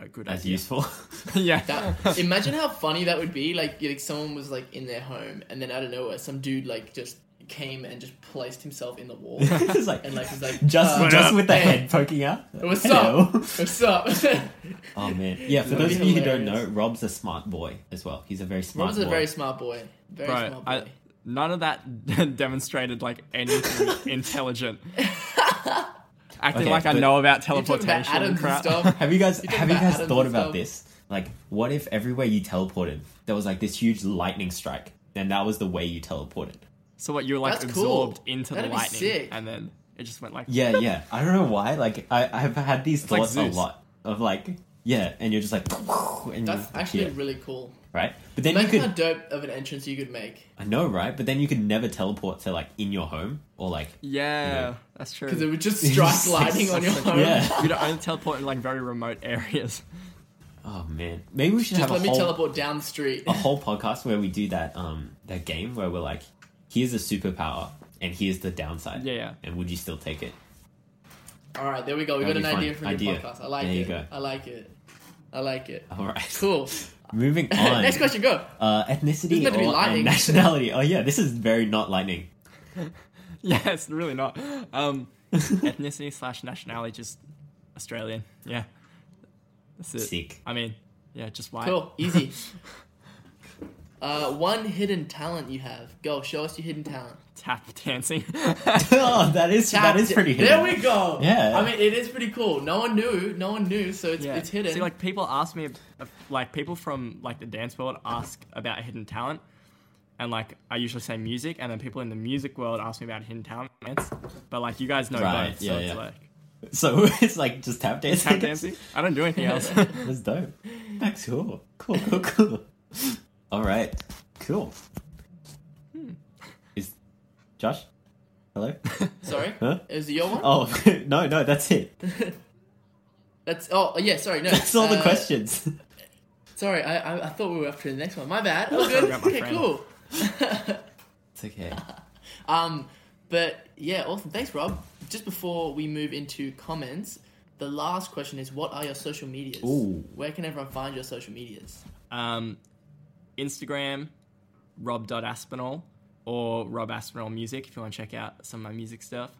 Speaker 3: a good
Speaker 2: that's
Speaker 3: idea.
Speaker 2: useful.
Speaker 3: yeah.
Speaker 1: That, imagine how funny that would be. Like, like someone was like in their home, and then out of nowhere, some dude like just came and just placed himself in the wall.
Speaker 2: it's like,
Speaker 1: And like was like,
Speaker 2: just
Speaker 1: uh,
Speaker 2: just with the
Speaker 1: hey,
Speaker 2: head poking out.
Speaker 1: What's
Speaker 2: Hello.
Speaker 1: up? What's up?
Speaker 2: Oh man, yeah. For
Speaker 1: That'd
Speaker 2: those
Speaker 1: be
Speaker 2: of you who don't know,
Speaker 1: hilarious.
Speaker 2: Rob's a smart boy as well. He's a very smart
Speaker 1: Rob's
Speaker 2: boy.
Speaker 1: a very smart boy. Very
Speaker 3: Bro,
Speaker 1: smart boy.
Speaker 3: I, none of that demonstrated like anything intelligent. Acting
Speaker 2: Okay,
Speaker 3: like I
Speaker 2: but-
Speaker 3: know about
Speaker 1: You're talking
Speaker 3: teleportation
Speaker 1: about
Speaker 3: and
Speaker 1: atoms and
Speaker 3: crap.
Speaker 1: stuff.
Speaker 2: Have you guys
Speaker 1: You think
Speaker 2: have you
Speaker 1: about
Speaker 2: guys
Speaker 1: atoms
Speaker 2: thought
Speaker 1: and
Speaker 2: about
Speaker 1: stuff?
Speaker 2: this? Like, what if everywhere you teleported, there was like this huge lightning strike, and that was the way you teleported?
Speaker 3: So what you were like
Speaker 1: That's cool.
Speaker 3: absorbed into
Speaker 1: That'd
Speaker 3: the
Speaker 1: be
Speaker 3: lightning,
Speaker 1: sick.
Speaker 3: and then it just went like
Speaker 2: Yeah, yeah. I don't know why. Like, I I've had these
Speaker 3: like
Speaker 2: thoughts
Speaker 3: Zeus.
Speaker 2: a lot of like, yeah, and you're just like, and
Speaker 1: That's
Speaker 2: you
Speaker 1: actually
Speaker 2: appear,
Speaker 1: really cool.
Speaker 2: right. But then you
Speaker 1: Imagine
Speaker 2: could,
Speaker 1: how dope of an entrance you could make.
Speaker 2: I know, right? But then you could never teleport to like in your home or like,
Speaker 3: yeah,
Speaker 2: Yeah.
Speaker 3: that's true.
Speaker 1: Because it would just
Speaker 2: It's
Speaker 1: strike
Speaker 2: just
Speaker 1: lightning
Speaker 2: like-
Speaker 1: on your
Speaker 3: that's
Speaker 1: home.
Speaker 2: yeah.
Speaker 3: you don't only teleport in like very remote areas.
Speaker 2: Oh man, maybe we should
Speaker 1: Just
Speaker 2: have
Speaker 1: let
Speaker 2: a
Speaker 1: me
Speaker 2: whole Oh.
Speaker 1: teleport down the street.
Speaker 2: a whole podcast where we do that um that game where we're like, here's a superpower and here's the downside.
Speaker 3: Yeah, yeah.
Speaker 2: And would you still take it?
Speaker 1: All right, there we go. We got
Speaker 2: That'd
Speaker 1: an
Speaker 2: be fun.
Speaker 1: idea for your
Speaker 2: Idea.
Speaker 1: podcast. I like
Speaker 2: There
Speaker 1: it.
Speaker 2: you go.
Speaker 1: I like it. I like it.
Speaker 2: All right.
Speaker 1: Cool.
Speaker 2: Moving on.
Speaker 1: Next question, go.
Speaker 2: Uh, ethnicity
Speaker 1: It's meant to be
Speaker 2: or,
Speaker 1: lightning.
Speaker 2: and nationality. Oh yeah, this is very not lightning.
Speaker 3: Yeah, it's really not. Um, ethnicity slash nationality, just Australian. Yeah, that's it.
Speaker 2: Sick.
Speaker 3: I mean, yeah, just white.
Speaker 1: Cool. Easy. Uh, one hidden talent you have. Go, show us your hidden talent.
Speaker 3: Tap dancing.
Speaker 2: oh, that is that is pretty hidden.
Speaker 1: There we go.
Speaker 2: Yeah.
Speaker 1: I mean, it is pretty cool. No one knew. No one knew, so it's,
Speaker 3: yeah,
Speaker 1: it's hidden.
Speaker 3: See, like people ask me, uh, like people from like the dance world ask about hidden talent, and like I usually say music, and then people in the music world ask me about hidden talent. But like you guys know
Speaker 2: Right,
Speaker 3: both,
Speaker 2: yeah,
Speaker 3: so
Speaker 2: yeah.
Speaker 3: it's like
Speaker 2: so it's like just tap dancing.
Speaker 3: tap dancing. I don't do anything else.
Speaker 2: That's dope. That's cool. Cool. Cool. Cool. All right. Cool.
Speaker 1: Hmm.
Speaker 2: Is Josh? Hello.
Speaker 1: Sorry?
Speaker 2: Huh?
Speaker 1: Is it your one?
Speaker 2: Oh no, no, that's it.
Speaker 1: That's, oh, yeah, sorry, no.
Speaker 2: That's all the
Speaker 1: Uh,
Speaker 2: questions.
Speaker 1: Sorry, I, I, I thought we were up to the next one. My bad. Oh,
Speaker 3: Sorry
Speaker 1: good.
Speaker 3: about my
Speaker 1: Okay,
Speaker 3: friend.
Speaker 1: cool.
Speaker 2: It's okay.
Speaker 1: Um, but yeah, awesome. Thanks, Rob. Just before we move into comments, the last question is: What are your social medias?
Speaker 2: Ooh.
Speaker 1: Where can everyone find your social medias?
Speaker 3: um, Instagram, rob.aspinall or Rob Aspinall Music if you want to check out some of my music stuff.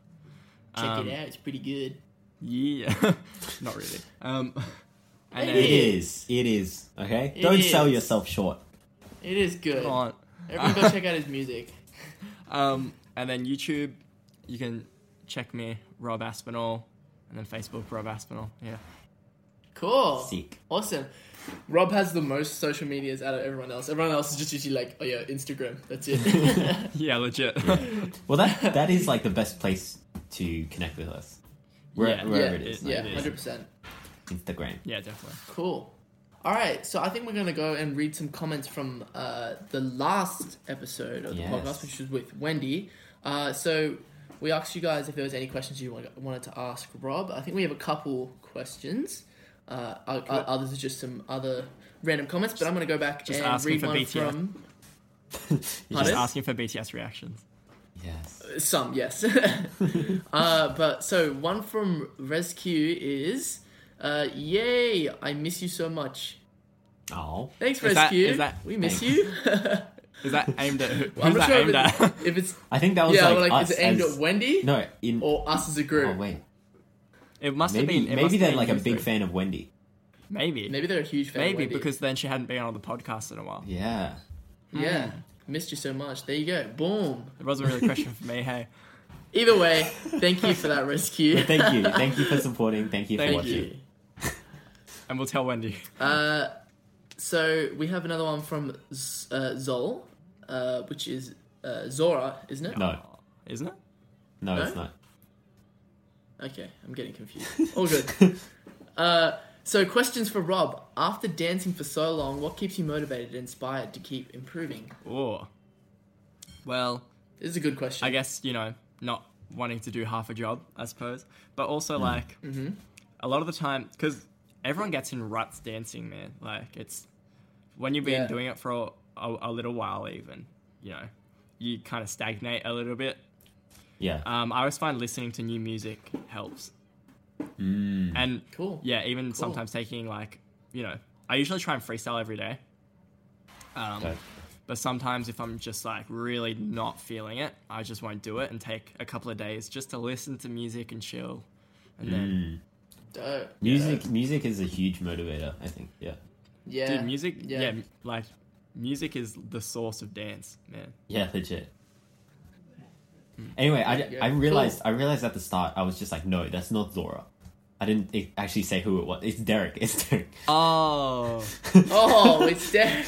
Speaker 1: Check
Speaker 3: Um,
Speaker 1: it out; it's pretty good.
Speaker 3: Yeah, not really. Um, and
Speaker 2: It
Speaker 1: It
Speaker 3: then,
Speaker 2: is. It is. Okay.
Speaker 1: It
Speaker 2: Don't sell
Speaker 1: is.
Speaker 2: yourself short.
Speaker 1: It is good.
Speaker 3: come on.
Speaker 1: Everyone go check out his music.
Speaker 3: Um, and then YouTube, you can check me, Rob Aspinall, and then Facebook, Rob Aspinall. Yeah.
Speaker 1: Cool.
Speaker 2: Sick.
Speaker 1: Awesome. Rob has the most social medias out of everyone else. Everyone else is just usually like, oh yeah, Instagram. That's it.
Speaker 3: Yeah, legit.
Speaker 2: Well, that that is like the best place to connect with us. Where,
Speaker 3: Yeah.
Speaker 2: wherever
Speaker 1: Yeah,
Speaker 2: it is,
Speaker 3: it-
Speaker 2: like
Speaker 1: yeah,
Speaker 3: it is.
Speaker 1: hundred percent.
Speaker 2: Instagram.
Speaker 3: yeah, definitely.
Speaker 1: Cool. All right, so I think we're gonna go and read some comments from uh, the last episode of the
Speaker 2: Yes.
Speaker 1: podcast, which was with Wendy. Uh, so we asked you guys if there was any questions you wa- wanted to ask Rob. I think we have a couple questions. Uh, o- o- others are just some other random comments, but I'm gonna go back
Speaker 3: Just
Speaker 1: and
Speaker 3: asking
Speaker 1: read
Speaker 3: for
Speaker 1: one
Speaker 3: BTS.
Speaker 1: from
Speaker 2: You
Speaker 1: Pardon?
Speaker 3: Just
Speaker 1: is?
Speaker 3: asking for BTS reactions.
Speaker 2: just- yes.
Speaker 1: some. Yes, uh, but so one from ResQ is, uh, "Yay! I miss you so much.
Speaker 2: Oh,
Speaker 1: Thanks,
Speaker 3: Is that-
Speaker 1: ResQ.
Speaker 3: is that-
Speaker 1: we miss you."
Speaker 3: Is that aimed at who?
Speaker 1: I'm
Speaker 3: who's
Speaker 1: not
Speaker 3: that
Speaker 1: sure
Speaker 3: aimed
Speaker 1: if,
Speaker 3: at?
Speaker 1: it's, if it's
Speaker 2: I think that was
Speaker 1: yeah,
Speaker 2: like,
Speaker 1: like,
Speaker 2: us Oh,
Speaker 1: is it aimed
Speaker 2: as-
Speaker 1: at Wendy
Speaker 2: no in.
Speaker 1: or us as a group?
Speaker 2: oh wait,
Speaker 3: It must
Speaker 2: Maybe
Speaker 3: have been. it must
Speaker 2: maybe
Speaker 3: have
Speaker 2: they're
Speaker 3: been
Speaker 2: like a
Speaker 3: you
Speaker 2: big
Speaker 3: three.
Speaker 2: fan of Wendy.
Speaker 3: Maybe. Maybe,
Speaker 1: Maybe they're a huge fan. of Wendy.
Speaker 3: because then she hadn't been on the podcast in a while.
Speaker 2: Yeah.
Speaker 1: yeah, missed you so much. There you go. Boom.
Speaker 3: It wasn't really a question for me. Hey,
Speaker 1: Either way, thank you for that rescue.
Speaker 2: But thank you. Thank you for supporting. Thank you for
Speaker 3: Thank
Speaker 1: Thank
Speaker 2: watching.
Speaker 1: you.
Speaker 3: and we'll tell Wendy.
Speaker 1: Uh, so we have another one from Z- uh, Zol, uh, which is uh, Zora, isn't it?
Speaker 2: No.
Speaker 3: Isn't it?
Speaker 2: No,
Speaker 1: No?
Speaker 2: it's not.
Speaker 1: Okay, I'm getting confused. All good. uh, so questions for Rob. After dancing for so long, what keeps you motivated and inspired to keep improving?
Speaker 3: Oh. Well,
Speaker 1: This is a good question.
Speaker 3: I guess you know not wanting to do half a job, I suppose, but
Speaker 1: Mm.
Speaker 3: also like
Speaker 1: Mm-hmm.
Speaker 3: a lot of the time because everyone gets in ruts dancing, man. Like it's when you've been
Speaker 1: Yeah.
Speaker 3: doing it for a, a, a little while, even you know, you kind of stagnate a little bit.
Speaker 2: Yeah.
Speaker 3: Um, I always find listening to new music helps,
Speaker 2: Mm.
Speaker 3: and
Speaker 1: Cool.
Speaker 3: yeah, even sometimes taking like you know, I usually try and freestyle every day. Um,
Speaker 2: Okay.
Speaker 3: but sometimes if I'm just like really not feeling it, I just won't do it and take a couple of days just to listen to music and chill. And then,
Speaker 2: Mm.
Speaker 1: Dope.
Speaker 2: Music music is a huge motivator, I think. Yeah.
Speaker 1: Yeah.
Speaker 3: dude, music, yeah.
Speaker 1: Yeah.
Speaker 3: m- like music is the source of dance, man.
Speaker 2: Yeah, legit. Anyway, I,
Speaker 1: Yeah,
Speaker 2: I
Speaker 1: cool.
Speaker 2: realized I realized at the start I was just like, no, that's not Zora. I didn't i- actually say who it was. It's Derek. It's Derek.
Speaker 3: Oh,
Speaker 1: Oh, it's dead.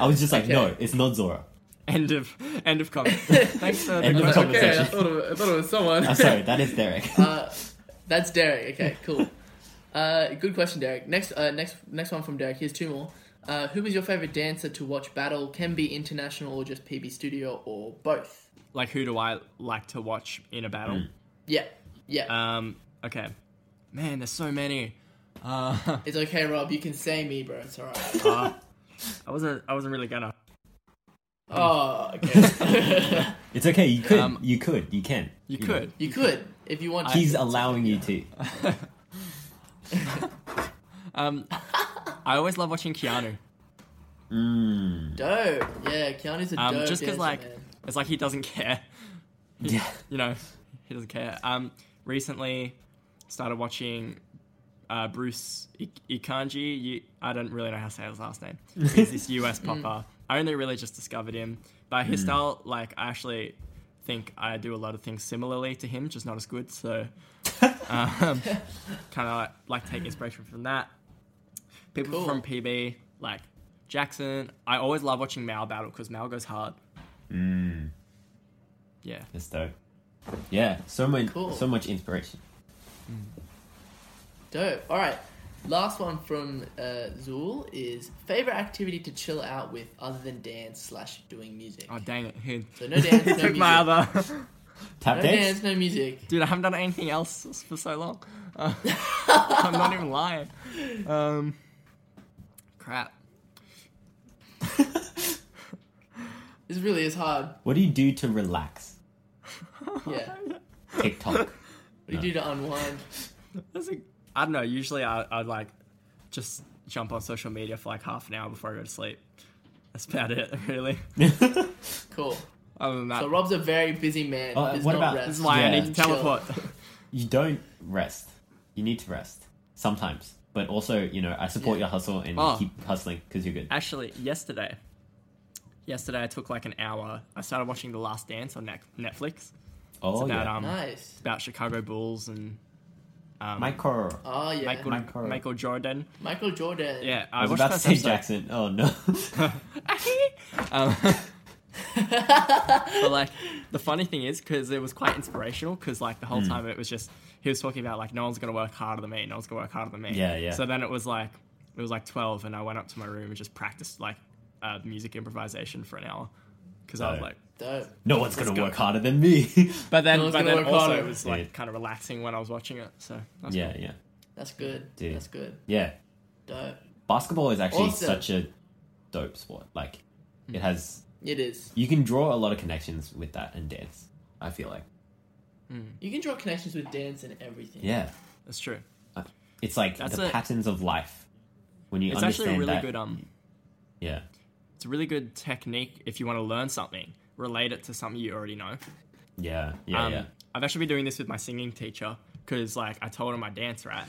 Speaker 2: I was just like,
Speaker 1: Okay.
Speaker 2: no, it's not Zora.
Speaker 3: end of end of comment. Thanks for the Oh,
Speaker 2: End of
Speaker 3: question.
Speaker 2: comment.
Speaker 1: okay, I
Speaker 2: conversation.
Speaker 1: thought, it, I thought it was someone.
Speaker 2: I'm sorry, that is Derek.
Speaker 1: Uh, that's Derek. Okay, cool. Uh, good question, Derek. Next, uh, next, next one from Derek. Here's two more. Uh, who was your favorite dancer to watch battle? Can be international or just PB Studio or both.
Speaker 3: Like, who do I like to watch in a battle?
Speaker 1: Yeah, yeah.
Speaker 3: Um, okay, man, there's so many. Uh,
Speaker 1: it's okay, Rob. You can say me, bro. It's alright.
Speaker 3: uh, I wasn't I wasn't really gonna.
Speaker 1: Oh, okay.
Speaker 2: it's okay. You could.
Speaker 3: Um,
Speaker 2: you could. You can.
Speaker 3: You could.
Speaker 1: you could if you want. to.
Speaker 2: He's allowing you to.
Speaker 3: Um, I always love watching Keanu.
Speaker 2: Mm.
Speaker 1: dope. Yeah, Keanu's a
Speaker 3: Um,
Speaker 1: dope.
Speaker 3: just because
Speaker 1: dancer,
Speaker 3: like
Speaker 1: man.
Speaker 3: it's like he doesn't care.
Speaker 2: Yeah.
Speaker 3: You know, he doesn't care. Um, recently started watching uh, Bruce I- Ikanji. You, I don't really know how to say his last name. He's this US popper. I only really just discovered him, but his style, like, I actually think I do a lot of things similarly to him, just not as good. So, um, kind of like take inspiration from that. People
Speaker 1: Cool.
Speaker 3: from PB, like Jackson. I always love watching Mal battle because Mal goes hard.
Speaker 2: Mm.
Speaker 3: Yeah.
Speaker 2: That's dope. Yeah. So much.
Speaker 1: Cool.
Speaker 2: So much inspiration.
Speaker 1: Dope. All right. Last one from uh, Zool is favorite activity to chill out with other than dance slash doing music.
Speaker 3: Oh dang it! He
Speaker 1: So no dance, no
Speaker 3: took
Speaker 1: music.
Speaker 3: my other.
Speaker 2: Tap
Speaker 1: No
Speaker 2: dance.
Speaker 1: dance, no music.
Speaker 3: Dude, I haven't done anything else for so long. Uh, I'm not even lying. Um, crap.
Speaker 1: This really is hard.
Speaker 2: What do you do to relax?
Speaker 1: Yeah.
Speaker 2: TikTok.
Speaker 1: What do you do to unwind?
Speaker 3: That's a, I don't know. Usually, I, I'd like just jump on social media for like half an hour before I go to sleep. That's about it, really.
Speaker 1: Cool.
Speaker 3: Other than that,
Speaker 1: So Rob's a very busy man.
Speaker 2: Oh,
Speaker 1: There's
Speaker 2: what
Speaker 1: not
Speaker 2: about-
Speaker 1: rest.
Speaker 3: this is why I
Speaker 2: Yeah.
Speaker 3: need to teleport.
Speaker 2: you don't rest. You need to rest sometimes, but also you know I support
Speaker 1: Yeah.
Speaker 2: your hustle and
Speaker 3: Oh.
Speaker 2: keep hustling because you're good.
Speaker 3: Actually, yesterday, yesterday I took like an hour. I started watching The Last Dance on Net- Netflix. It's
Speaker 2: Oh
Speaker 3: about
Speaker 2: yeah,
Speaker 3: um,
Speaker 1: Nice.
Speaker 3: about Chicago Bulls and um,
Speaker 2: Michael.
Speaker 1: Oh yeah.
Speaker 3: Michael,
Speaker 1: Michael,
Speaker 2: Michael-
Speaker 3: Michael Jordan.
Speaker 1: Jordan.
Speaker 3: Yeah,
Speaker 2: I was
Speaker 3: watched
Speaker 2: about to
Speaker 3: first
Speaker 2: say
Speaker 3: episode.
Speaker 2: Jackson. Oh no.
Speaker 3: um, but like the funny thing is because it was quite inspirational because like the whole
Speaker 2: Hmm.
Speaker 3: time it was just he was talking about like no one's gonna work harder than me no one's gonna work harder than me
Speaker 2: Yeah, yeah.
Speaker 3: so then it was like it was like 12 and i went up to my room and just practiced like uh, music improvisation for an hour because i was
Speaker 2: Oh.
Speaker 3: like
Speaker 1: Dope.
Speaker 2: no one's gonna
Speaker 3: go.
Speaker 2: work harder than me.
Speaker 3: but then
Speaker 1: No one's
Speaker 3: but
Speaker 1: gonna
Speaker 3: then
Speaker 1: work
Speaker 3: also
Speaker 1: harder.
Speaker 3: it was like
Speaker 2: Yeah.
Speaker 3: kind of relaxing when i was watching it so that's
Speaker 2: yeah, yeah,
Speaker 1: That's good.
Speaker 2: Dude.
Speaker 1: That's good.
Speaker 2: yeah.
Speaker 1: Dope.
Speaker 2: Basketball is actually
Speaker 1: Awesome.
Speaker 2: such a dope sport. Like
Speaker 3: Hmm.
Speaker 2: it has,
Speaker 1: It is.
Speaker 2: you can draw a lot of connections with that and dance. I feel like
Speaker 1: You can draw connections with dance and everything.
Speaker 2: yeah,
Speaker 3: that's true
Speaker 2: it's like
Speaker 3: That's
Speaker 2: the
Speaker 3: a-
Speaker 2: patterns of life. When you
Speaker 3: it's
Speaker 2: understand
Speaker 3: actually a really
Speaker 2: that,
Speaker 3: good um
Speaker 2: yeah,
Speaker 3: it's a really good technique if you want to learn something relate it to something you already know
Speaker 2: yeah, yeah,
Speaker 3: um,
Speaker 2: yeah.
Speaker 3: I've actually been doing this with my singing teacher because like I told him I dance right,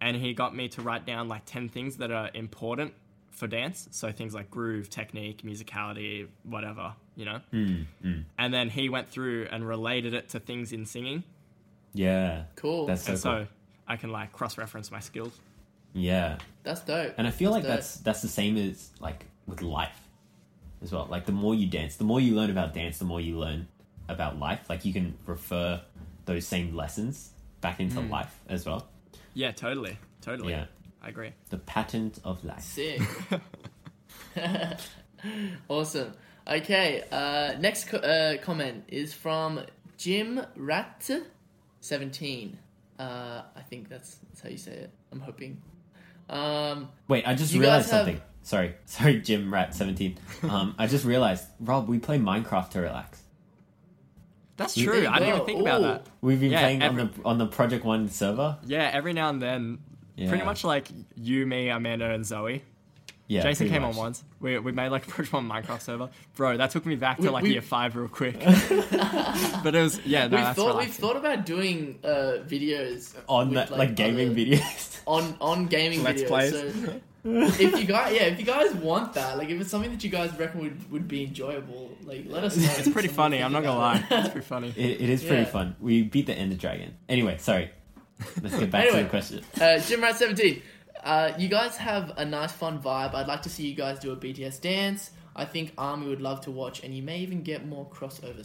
Speaker 3: and he got me to write down like ten things that are important for dance. So things like groove, technique, musicality, whatever, you know.
Speaker 2: Hmm,
Speaker 3: And then he went through and related it to things in singing,
Speaker 2: Yeah.
Speaker 1: Cool.
Speaker 2: That's so,
Speaker 3: and so
Speaker 2: cool.
Speaker 3: I can like cross reference my skills.
Speaker 2: Yeah.
Speaker 1: That's dope.
Speaker 2: And I feel like
Speaker 1: dope.
Speaker 2: that's that's the same as like with life as well. Like the more you dance, the more you learn about dance, the more you learn about life. Like you can refer those same lessons back into
Speaker 1: Hmm.
Speaker 2: life as well.
Speaker 3: Yeah, totally, totally.
Speaker 2: Yeah.
Speaker 3: I agree.
Speaker 2: The patent of life.
Speaker 1: Sick. awesome. Okay, uh, next co- uh, comment is from Jim Rat 17. Uh, I think that's, that's how you say it. I'm hoping. Um,
Speaker 2: Wait, I just
Speaker 1: You
Speaker 2: realized
Speaker 1: guys have-
Speaker 2: something. Sorry. Sorry, Jim Rat seventeen. Um I just realized, Rob, we play Minecraft to relax.
Speaker 3: That's
Speaker 2: You-
Speaker 3: true. I didn't even
Speaker 1: Wow,
Speaker 3: think
Speaker 1: ooh.
Speaker 3: about that.
Speaker 2: We've been
Speaker 3: Yeah,
Speaker 2: playing on
Speaker 3: every-
Speaker 2: the on the Project One server.
Speaker 3: Yeah, every now and then,
Speaker 2: Yeah.
Speaker 3: pretty much like you, me, Amanda, and Zoe.
Speaker 2: Yeah.
Speaker 3: Jason
Speaker 2: pretty
Speaker 3: came
Speaker 2: much.
Speaker 3: on once. We, we made like a Pokemon Minecraft server. Bro, that took me back to
Speaker 1: We-
Speaker 3: like
Speaker 1: we-
Speaker 3: year five real quick. but it was yeah, no,
Speaker 1: we've
Speaker 3: that's
Speaker 1: thought we've
Speaker 3: relaxing.
Speaker 1: thought about doing uh, videos
Speaker 2: on
Speaker 1: with,
Speaker 2: that like, gaming
Speaker 1: other-
Speaker 2: videos.
Speaker 1: on on gaming
Speaker 3: Let's
Speaker 1: videos.
Speaker 3: plays.
Speaker 1: So if you guys, yeah, if you guys want that, like if it's something that you guys reckon would, would be enjoyable, like let us know.
Speaker 3: It's pretty
Speaker 1: and we'll
Speaker 3: funny.
Speaker 1: think
Speaker 3: I'm not gonna
Speaker 1: about
Speaker 3: lie.
Speaker 1: it.
Speaker 3: It's pretty funny.
Speaker 2: It, it is pretty
Speaker 1: Yeah.
Speaker 2: fun. We beat the Ender Dragon. Anyway, sorry. Let's get back to
Speaker 1: Anyway.
Speaker 2: the question.
Speaker 1: uh, Jim Rat 17. Uh, you guys have a nice fun vibe. I'd like to see you guys do a BTS dance. I think Army would love to watch, and you may even get more crossover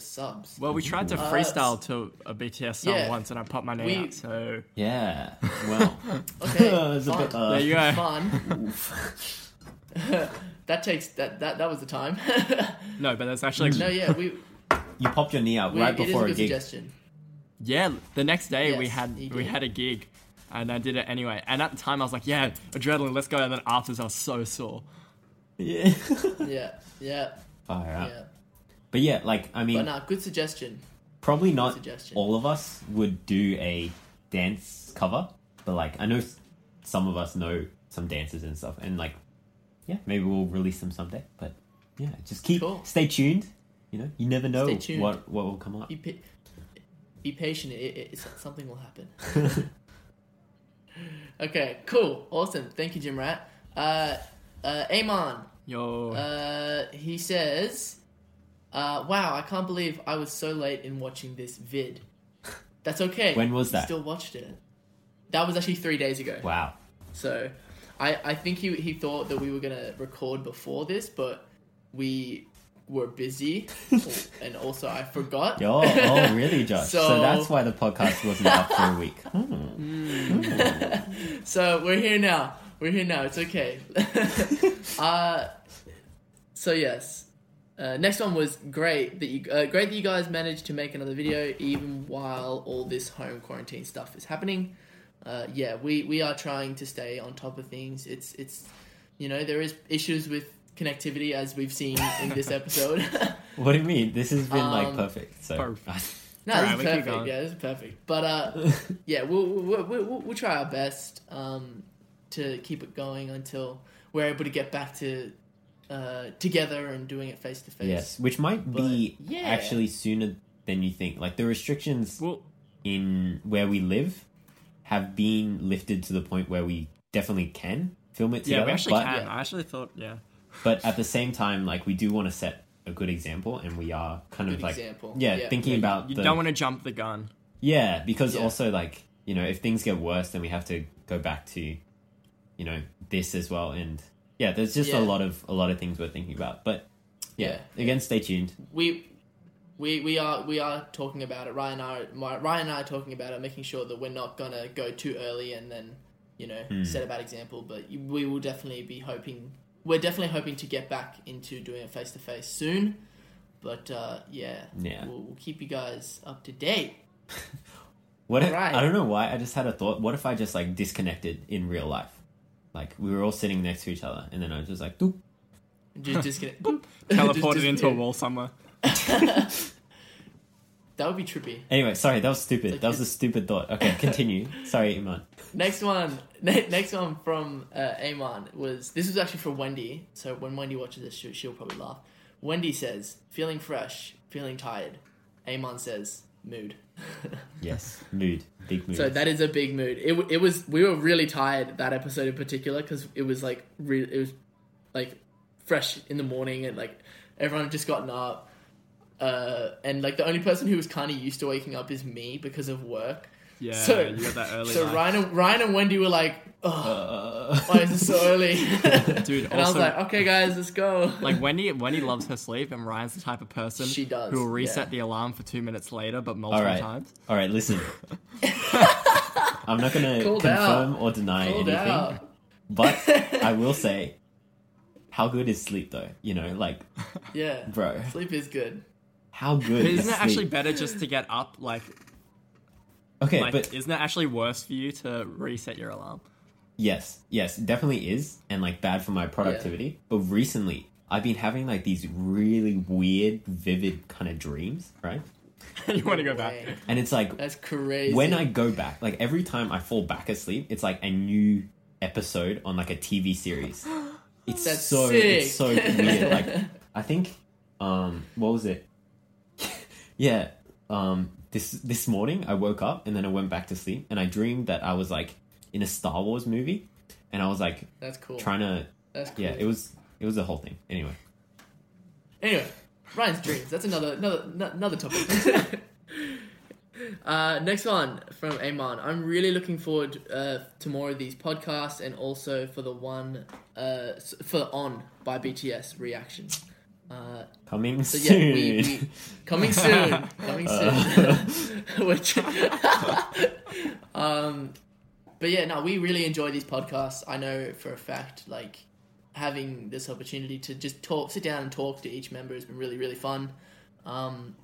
Speaker 1: subs.
Speaker 3: Well, we tried to
Speaker 1: Uh,
Speaker 3: freestyle to a BTS song
Speaker 1: yeah.
Speaker 3: once, and I popped my name
Speaker 1: We-
Speaker 3: out. So
Speaker 2: Yeah. Well.
Speaker 1: Okay,
Speaker 2: it's a
Speaker 1: fine.
Speaker 2: bit, uh,
Speaker 3: there you go.
Speaker 1: Fun.
Speaker 2: oof.
Speaker 1: that takes that that that was the time.
Speaker 3: No, but that's actually
Speaker 1: no, yeah, we,
Speaker 2: You popped your knee out
Speaker 1: we
Speaker 2: right
Speaker 1: it is a
Speaker 2: before a,
Speaker 1: good
Speaker 2: gig.
Speaker 1: suggestion.
Speaker 3: yeah. The next day we
Speaker 1: Yes,
Speaker 3: had
Speaker 1: you
Speaker 3: we
Speaker 1: did.
Speaker 3: had a gig, and I did it anyway. And at the time I was like, yeah, adrenaline, let's go. And then afterwards I was so sore.
Speaker 2: Yeah.
Speaker 1: Yeah, yeah,
Speaker 2: Fire out.
Speaker 1: yeah.
Speaker 2: But yeah, like I mean,
Speaker 1: But nah, good suggestion.
Speaker 2: probably not
Speaker 1: suggestion.
Speaker 2: all of us would do a dance cover, but like I know s- some of us know some dances and stuff, and like yeah, maybe we'll release them someday. But yeah, just keep
Speaker 1: Cool.
Speaker 2: stay tuned. You know, you never know
Speaker 1: Stay tuned.
Speaker 2: what what will come up.
Speaker 1: Be pa- be patient. It, it, it's- something will happen. okay, cool, awesome. Thank you, Jim Rat. Uh, uh, Amon.
Speaker 3: Yo.
Speaker 1: Uh, he says, uh, "Wow, I can't believe I was so late in watching this vid. That's okay.
Speaker 2: When was
Speaker 1: You
Speaker 2: that?
Speaker 1: Still watched it. That was actually three days ago.
Speaker 2: Wow.
Speaker 1: So, I I think he he thought that we were gonna record before this, but we were busy, and also I forgot.
Speaker 2: Yo, oh, really, Josh? so,
Speaker 1: So-
Speaker 2: that's why the podcast wasn't up for a week. Hmm.
Speaker 1: So we're here now. We're here now. It's okay. uh, so yes. Uh, next one was great that you uh, great that you guys managed to make another video even while all this home quarantine stuff is happening. Uh, yeah, we we are trying to stay on top of things. It's it's you know there is issues with connectivity as we've seen in this episode.
Speaker 2: What do you mean? This has been like
Speaker 1: Um,
Speaker 2: perfect. So
Speaker 3: perfect.
Speaker 1: no,
Speaker 3: Alright,
Speaker 1: this
Speaker 3: we keep
Speaker 1: is perfect.
Speaker 3: going.
Speaker 1: Yeah, this is perfect. But uh, yeah, we'll, we'll, we'll, we'll- we'll try our best um, to keep it going until we're able to get back to uh, together and doing it face to face.
Speaker 2: yes, which might be
Speaker 1: But, yeah.
Speaker 2: actually sooner than you think. Like the restrictions
Speaker 3: well,
Speaker 2: in where we live have been lifted to the point where we definitely can film it together.
Speaker 3: yeah, we actually
Speaker 2: but,
Speaker 3: can.
Speaker 1: Yeah.
Speaker 3: I actually thought, yeah.
Speaker 2: but at the same time, like we do want to set a good example, and we are kind
Speaker 1: Good
Speaker 2: of like
Speaker 1: example.
Speaker 2: yeah,
Speaker 1: Yeah.
Speaker 2: thinking about
Speaker 3: You
Speaker 2: the
Speaker 3: don't want to jump the gun.
Speaker 2: Yeah, because
Speaker 1: Yeah.
Speaker 2: also like you know, if things get worse, then we have to go back to, you know, this as well. And yeah, there's just
Speaker 1: Yeah.
Speaker 2: a lot of a lot of things we're thinking about. But yeah, again, stay tuned.
Speaker 1: we we we are we are talking about it. Ryan and I, my, Ryan and I are talking about it, making sure that we're not gonna go too early and then you know set a bad example. But you- we will definitely be hoping. We're definitely hoping to get back into doing it face to face soon. But uh, yeah,
Speaker 2: Yeah.
Speaker 1: We'll, we'll keep you guys up to date.
Speaker 2: What if,
Speaker 1: Right.
Speaker 2: I don't know why I just had a thought. What if I just like disconnected in real life? Like we were all sitting next to each other, and then I was just like, Doop.
Speaker 1: Just disconnect. Boop. Just
Speaker 3: Teleported into a
Speaker 1: disappear.
Speaker 3: wall somewhere.
Speaker 1: That would be trippy.
Speaker 2: anyway, sorry, that was stupid.
Speaker 1: like
Speaker 2: that was a
Speaker 1: this-
Speaker 2: stupid thought. Okay, continue. sorry, Iman.
Speaker 1: Next one, ne- next one from uh, Amon was this was actually from Wendy. So when Wendy watches this, she- she'll probably laugh. Wendy says, "Feeling fresh, feeling tired." Amon says, mood.
Speaker 2: Yes, mood, big mood.
Speaker 1: So that is a big mood. It, w- it was we were really tired that episode in particular because it was like re- it was like fresh in the morning and like everyone had just gotten up. Uh, and like the only person who was kind of used to waking up is me because of work.
Speaker 3: Yeah,
Speaker 1: So-
Speaker 3: you got that early.
Speaker 1: so
Speaker 3: life.
Speaker 1: Ryan, and, Ryan and Wendy were like, "Ugh,
Speaker 2: Uh.
Speaker 1: why is it so early?"
Speaker 3: Dude,
Speaker 1: and I was
Speaker 3: also-
Speaker 1: like, oh. "Okay, guys, let's go."
Speaker 3: like Wendy, Wendy loves her sleep, and Ryan's the type of person
Speaker 1: She does,
Speaker 3: who will reset
Speaker 1: yeah.
Speaker 3: the alarm for two minutes later, but multiple
Speaker 2: all right,
Speaker 3: times.
Speaker 2: all right. Listen, I'm not gonna
Speaker 1: Called out.
Speaker 2: confirm or deny
Speaker 1: Hold
Speaker 2: anything,
Speaker 1: out.
Speaker 2: but I will say, how good is sleep though? You know, like,
Speaker 1: Yeah,
Speaker 2: bro,
Speaker 1: sleep is good.
Speaker 2: how good
Speaker 3: But
Speaker 2: is
Speaker 3: isn't it
Speaker 2: sleep?
Speaker 3: actually better just to get up? Like,
Speaker 2: okay,
Speaker 3: like
Speaker 2: but
Speaker 3: isn't it actually worse for you to reset your alarm?
Speaker 2: Yes, yes, it definitely is, and like bad for my productivity. But recently, I've been having like these really weird, vivid kind of dreams, right?
Speaker 3: you want to go back?
Speaker 1: Wait,
Speaker 2: And it's like
Speaker 1: That's crazy.
Speaker 2: when I go back, like every time I fall back asleep, it's like a new episode on like a TV series. It's
Speaker 1: That's
Speaker 2: so it's so
Speaker 1: sick.
Speaker 2: weird. Like I think, um, what was it? yeah, um, this this morning I woke up and then I went back to sleep and I dreamed that I was like in a Star Wars movie, and I was like
Speaker 1: that's cool.
Speaker 2: trying to
Speaker 1: That's cool.
Speaker 2: yeah it was it was the whole thing anyway
Speaker 1: Anyway, Ryan's dreams. That's another another n- another topic. uh, next one from Amon. I'm really looking forward uh, to more of these podcasts and also for the one uh, s- for On by BTS reaction. Uh,
Speaker 2: coming
Speaker 1: so yeah,
Speaker 2: soon Uh.
Speaker 1: we, we coming soon, coming soon. Which, um, but yeah, no, we really enjoy these podcasts. I know for a fact, like having this opportunity to just talk, sit down and talk to each member has been really, really fun. Um,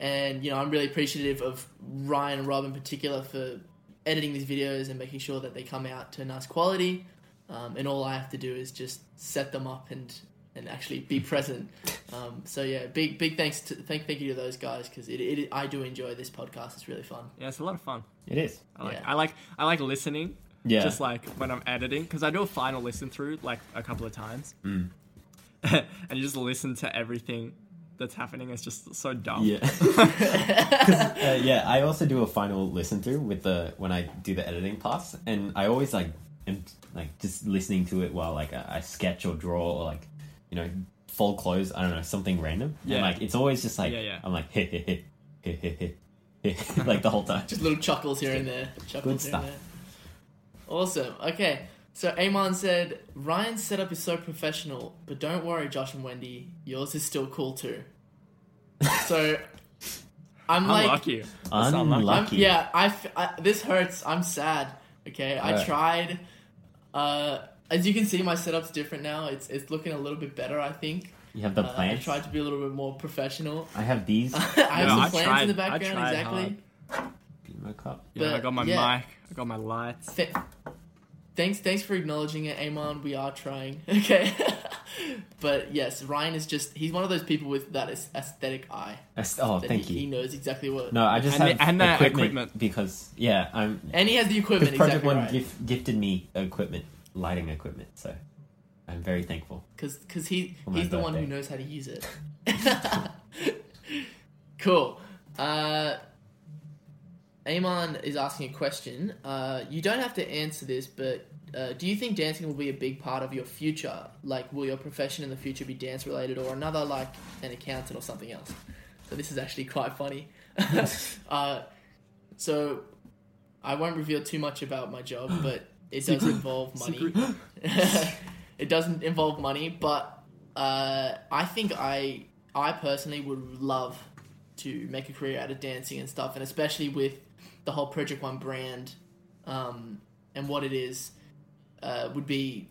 Speaker 1: and you know, I'm really appreciative of Ryan and Rob in particular for editing these videos and making sure that they come out to nice quality. Um, and all I have to do is just set them up and and actually be present. Um, so yeah, big big thanks to thank thank you to those guys because it, it I do enjoy this podcast. It's really fun.
Speaker 3: Yeah, it's a lot of fun.
Speaker 2: it is
Speaker 3: I like,
Speaker 1: Yeah.
Speaker 3: I like, I like listening.
Speaker 2: Yeah.
Speaker 3: Just like when I'm editing, because I do a final listen through like a couple of times,
Speaker 2: Hmm.
Speaker 3: and you just listen to everything that's happening. It's just so dumb.
Speaker 2: yeah 'Cause, uh, yeah i also do a final listen through with the when i do the editing class and i always like am like just listening to it while like i, I sketch or draw or like you know fold clothes i don't know something random yeah
Speaker 3: Yeah.
Speaker 2: like it's always just like
Speaker 3: Yeah, yeah.
Speaker 2: i'm like heh heh heh heh heh heh heh like the whole time
Speaker 1: Just little chuckles here and there. Chuckles
Speaker 2: Good
Speaker 1: here and
Speaker 2: stuff.
Speaker 1: there. Awesome. Okay. So Amon said, Ryan's setup is so professional, but don't worry, Josh and Wendy, yours is still cool too. so I'm like,
Speaker 3: Unlucky. That's
Speaker 1: I'm-
Speaker 2: unlucky
Speaker 1: yeah, I, f- I- this hurts. I'm sad. Okay, I
Speaker 2: Alright.
Speaker 1: tried. Uh, as you can see, my setup's different now. It's it's looking a little bit better, I think.
Speaker 2: you have the
Speaker 1: Uh, I
Speaker 2: plants
Speaker 1: tried to be a little bit more professional.
Speaker 2: I have these
Speaker 1: I have
Speaker 3: Yeah,
Speaker 1: some
Speaker 3: I
Speaker 1: plans
Speaker 3: tried-
Speaker 1: in the
Speaker 3: I
Speaker 1: background,
Speaker 3: tried
Speaker 1: exactly.
Speaker 3: hard.
Speaker 2: my cup
Speaker 3: Yeah, I
Speaker 1: But,
Speaker 3: got my
Speaker 1: yeah.
Speaker 3: mic. I got my lights.
Speaker 1: Th- thanks, thanks for acknowledging it, Amon. We are trying. Okay, but yes, Ryan is just—he's one of those people with that aes- aesthetic eye.
Speaker 2: I s- oh
Speaker 1: That
Speaker 2: thank
Speaker 1: he,
Speaker 2: you
Speaker 1: He knows exactly what.
Speaker 2: No, I just
Speaker 3: And
Speaker 2: have
Speaker 3: the- and the
Speaker 2: equipment,
Speaker 3: equipment.
Speaker 2: because yeah, I'm
Speaker 1: And he has the
Speaker 2: because
Speaker 1: equipment.
Speaker 2: Project
Speaker 1: exactly
Speaker 2: One
Speaker 1: right.
Speaker 2: gif- gifted me equipment, lighting equipment, so I'm very thankful.
Speaker 1: because because he
Speaker 2: For my
Speaker 1: he's the one who
Speaker 2: birthday.
Speaker 1: knows how to use it. cool. Uh, Amon is asking a question. Uh, you don't have to answer this, but uh, do you think dancing will be a big part of your future? Like, will your profession in the future be dance related or another, like an accountant or something else? So this is actually quite funny. uh, so I won't reveal too much about my job, but it does involve money. it doesn't involve money, but uh, I think I I personally would love to make a career out of dancing and stuff, and especially with the whole Project One brand um, and what it is, uh, would be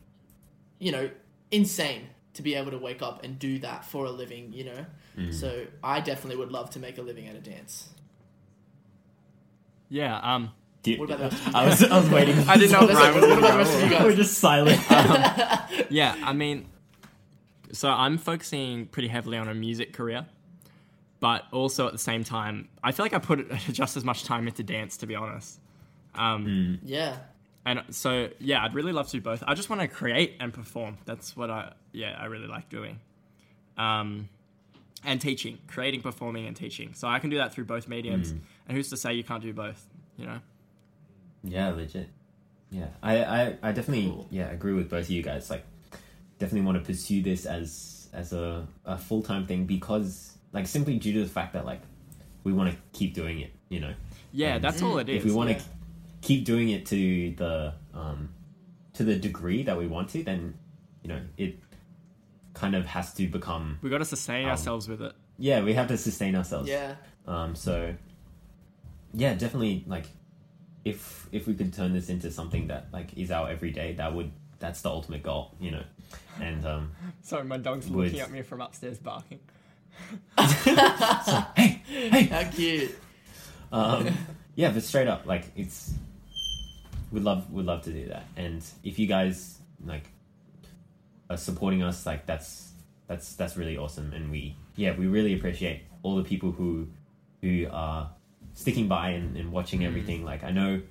Speaker 1: you know insane to be able to wake up and do that for a living. You know,
Speaker 2: Mm.
Speaker 1: so I definitely would love to make a living out of dance.
Speaker 3: Yeah. Um.
Speaker 2: Do you-
Speaker 1: What about the rest of you
Speaker 2: I was I was waiting.
Speaker 3: I didn't know
Speaker 1: That's
Speaker 3: Ryan
Speaker 1: it.
Speaker 3: was
Speaker 1: What about the
Speaker 3: gonna
Speaker 1: rest of you Uh-huh.
Speaker 3: go.
Speaker 1: guys?
Speaker 2: We're just silent.
Speaker 3: Yeah. I mean, so I'm focusing pretty heavily on a music career, but also at the same time, I feel like I put just as much time into dance, to be honest. Um.
Speaker 1: Yeah,
Speaker 3: And so yeah, I'd really love to do both. I just want to create and perform. That's what I yeah I really like doing. Um. and teaching, creating, performing, and teaching. So I can do that through both mediums.
Speaker 2: Mm.
Speaker 3: And who's to say you can't do both? You know?
Speaker 2: Yeah, legit. Yeah, I, I, I definitely
Speaker 1: Cool.
Speaker 2: yeah agree with both of you guys. Like, definitely want to pursue this as as a, a full time thing because like simply due to the fact that like we want to keep doing it. You know,
Speaker 3: Yeah,
Speaker 2: Um,
Speaker 3: that's all it is.
Speaker 2: if we want to
Speaker 1: yeah.
Speaker 2: keep doing it to the um to the degree that we want to, then you know it kind of has to become
Speaker 3: we got to sustain
Speaker 2: Um,
Speaker 3: ourselves with it.
Speaker 2: yeah we have to sustain ourselves
Speaker 1: Yeah.
Speaker 2: Um, so yeah, definitely like if if we could turn this into something that like is our everyday, that would that's the ultimate goal, you know. And um
Speaker 3: Sorry, my dog's
Speaker 2: Would-
Speaker 3: looking at me from upstairs barking.
Speaker 2: hey, hey.
Speaker 1: How cute.
Speaker 2: Um yeah, but straight up, like it's we'd love would love to do that. And if you guys like are supporting us, like that's that's that's really awesome and we yeah, we really appreciate all the people who who are sticking by and, and watching everything. Like I know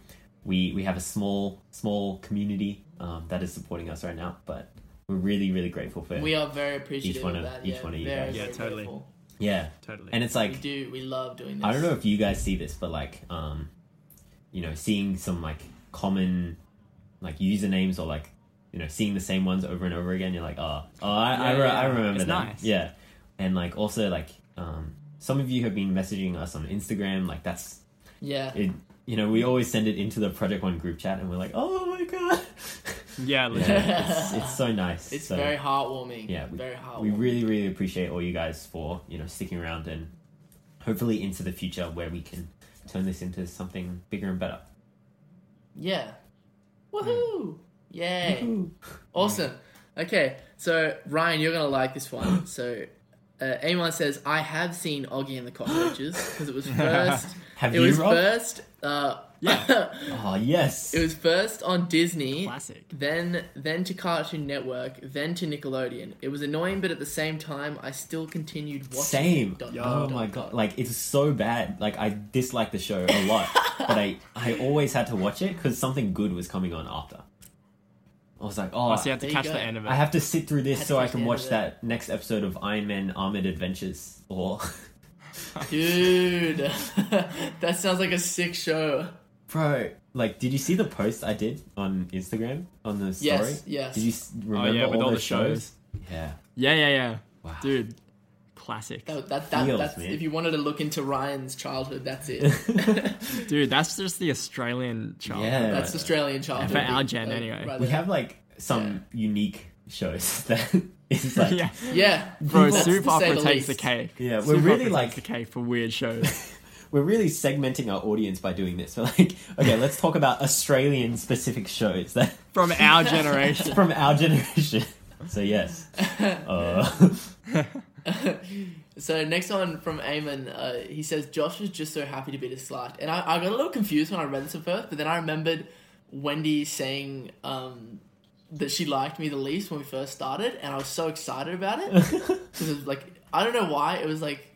Speaker 2: we we have a small small community um, that is supporting us right now, but we're really really grateful for
Speaker 1: We are very appreciative
Speaker 2: one
Speaker 1: of
Speaker 2: of-
Speaker 1: that.
Speaker 2: each
Speaker 1: yeah,
Speaker 2: one of you
Speaker 1: very,
Speaker 2: guys.
Speaker 3: Yeah,
Speaker 1: very
Speaker 3: totally.
Speaker 1: grateful.
Speaker 2: yeah.
Speaker 3: Totally.
Speaker 2: And it's
Speaker 1: we
Speaker 2: like
Speaker 1: do. We love doing this.
Speaker 2: I don't know if you guys see this, but like um, you know, seeing some like common like usernames or like you know seeing the same ones over and over again, you're like, oh, oh, I
Speaker 3: Yeah,
Speaker 2: I, re-
Speaker 3: yeah.
Speaker 2: I remember
Speaker 3: It's
Speaker 2: that.
Speaker 3: nice.
Speaker 2: Yeah, and like also like um, some of you have been messaging us on Instagram, like that's
Speaker 1: Yeah.
Speaker 2: it you know we always send it into the project one group chat and we're like oh my god
Speaker 3: yeah, legit.
Speaker 2: yeah, it's, it's so nice
Speaker 1: It's
Speaker 2: So
Speaker 1: very heartwarming.
Speaker 2: yeah, we-
Speaker 1: very
Speaker 2: we
Speaker 1: heartwarming.
Speaker 2: really really appreciate all you guys for you know sticking around and hopefully into the future where we can turn this into something bigger and better
Speaker 1: yeah. Woohoo! Yay!
Speaker 2: Woohoo.
Speaker 1: Awesome. Okay, so Ryan, you're gonna like this one. So, uh, anyone says I have seen Oggy and the Cockroaches because it was first.
Speaker 2: have
Speaker 1: it
Speaker 2: you
Speaker 1: was
Speaker 2: Rob?
Speaker 1: first. Uh,
Speaker 3: Yeah.
Speaker 2: oh yes
Speaker 1: it was first on Disney.
Speaker 3: Classic.
Speaker 1: Then, then to Cartoon Network, then to Nickelodeon. It was annoying, but at the same time, I still continued watching.
Speaker 2: same
Speaker 1: Dot,
Speaker 2: oh
Speaker 1: dot,
Speaker 2: my
Speaker 1: dot,
Speaker 2: god
Speaker 1: dot.
Speaker 2: like it's so bad like i dislike the show a lot but i i always had to watch it because something good was coming on after i was like oh
Speaker 3: Oh, so you have to
Speaker 1: There you
Speaker 3: catch
Speaker 1: go.
Speaker 3: the end of it.
Speaker 2: I have to sit through this
Speaker 1: Had
Speaker 2: so
Speaker 1: to
Speaker 2: I
Speaker 1: catch
Speaker 2: can
Speaker 1: the
Speaker 2: watch
Speaker 1: end of
Speaker 2: that next episode of Iron Man Armored Adventures or
Speaker 1: dude, that sounds like a sick show.
Speaker 2: bro like did you see the post I did on Instagram on the story
Speaker 1: Yes, yes.
Speaker 2: did you s- remember
Speaker 3: Oh, yeah, with
Speaker 2: all,
Speaker 3: all
Speaker 2: the
Speaker 3: the
Speaker 2: shows? yeah
Speaker 3: yeah, yeah, yeah.
Speaker 2: wow
Speaker 3: Dude, classic.
Speaker 1: That, that, that,
Speaker 2: Feels,
Speaker 1: that's,
Speaker 2: man.
Speaker 1: if you wanted to look into Ryan's childhood, that's it.
Speaker 3: Dude, that's just the Australian child.
Speaker 2: yeah
Speaker 1: That's Australian childhood. Uh,
Speaker 3: For our gen, anyway.
Speaker 1: right
Speaker 2: we
Speaker 1: there.
Speaker 2: have like some unique shows that is like
Speaker 3: yeah.
Speaker 2: yeah,
Speaker 1: yeah,
Speaker 3: Bro,
Speaker 1: That's
Speaker 3: Soup
Speaker 1: to say
Speaker 3: Opera
Speaker 1: the
Speaker 3: takes the
Speaker 1: least.
Speaker 3: cake.
Speaker 2: we're
Speaker 3: Soup
Speaker 2: really
Speaker 3: Opera
Speaker 2: like
Speaker 3: takes the cake for weird shows.
Speaker 2: we're really segmenting our audience by doing this. We're like, okay, let's talk about Australian specific shows that
Speaker 3: From our generation.
Speaker 2: from our generation. So yes, uh,
Speaker 1: So next one from Eamon, uh, he says Josh was just so happy to be dislike, and I, I got a little confused when I read this at first, but then I remembered Wendy saying um, that she liked me the least when we first started, and I was so excited about it because it was like I don't know why it was like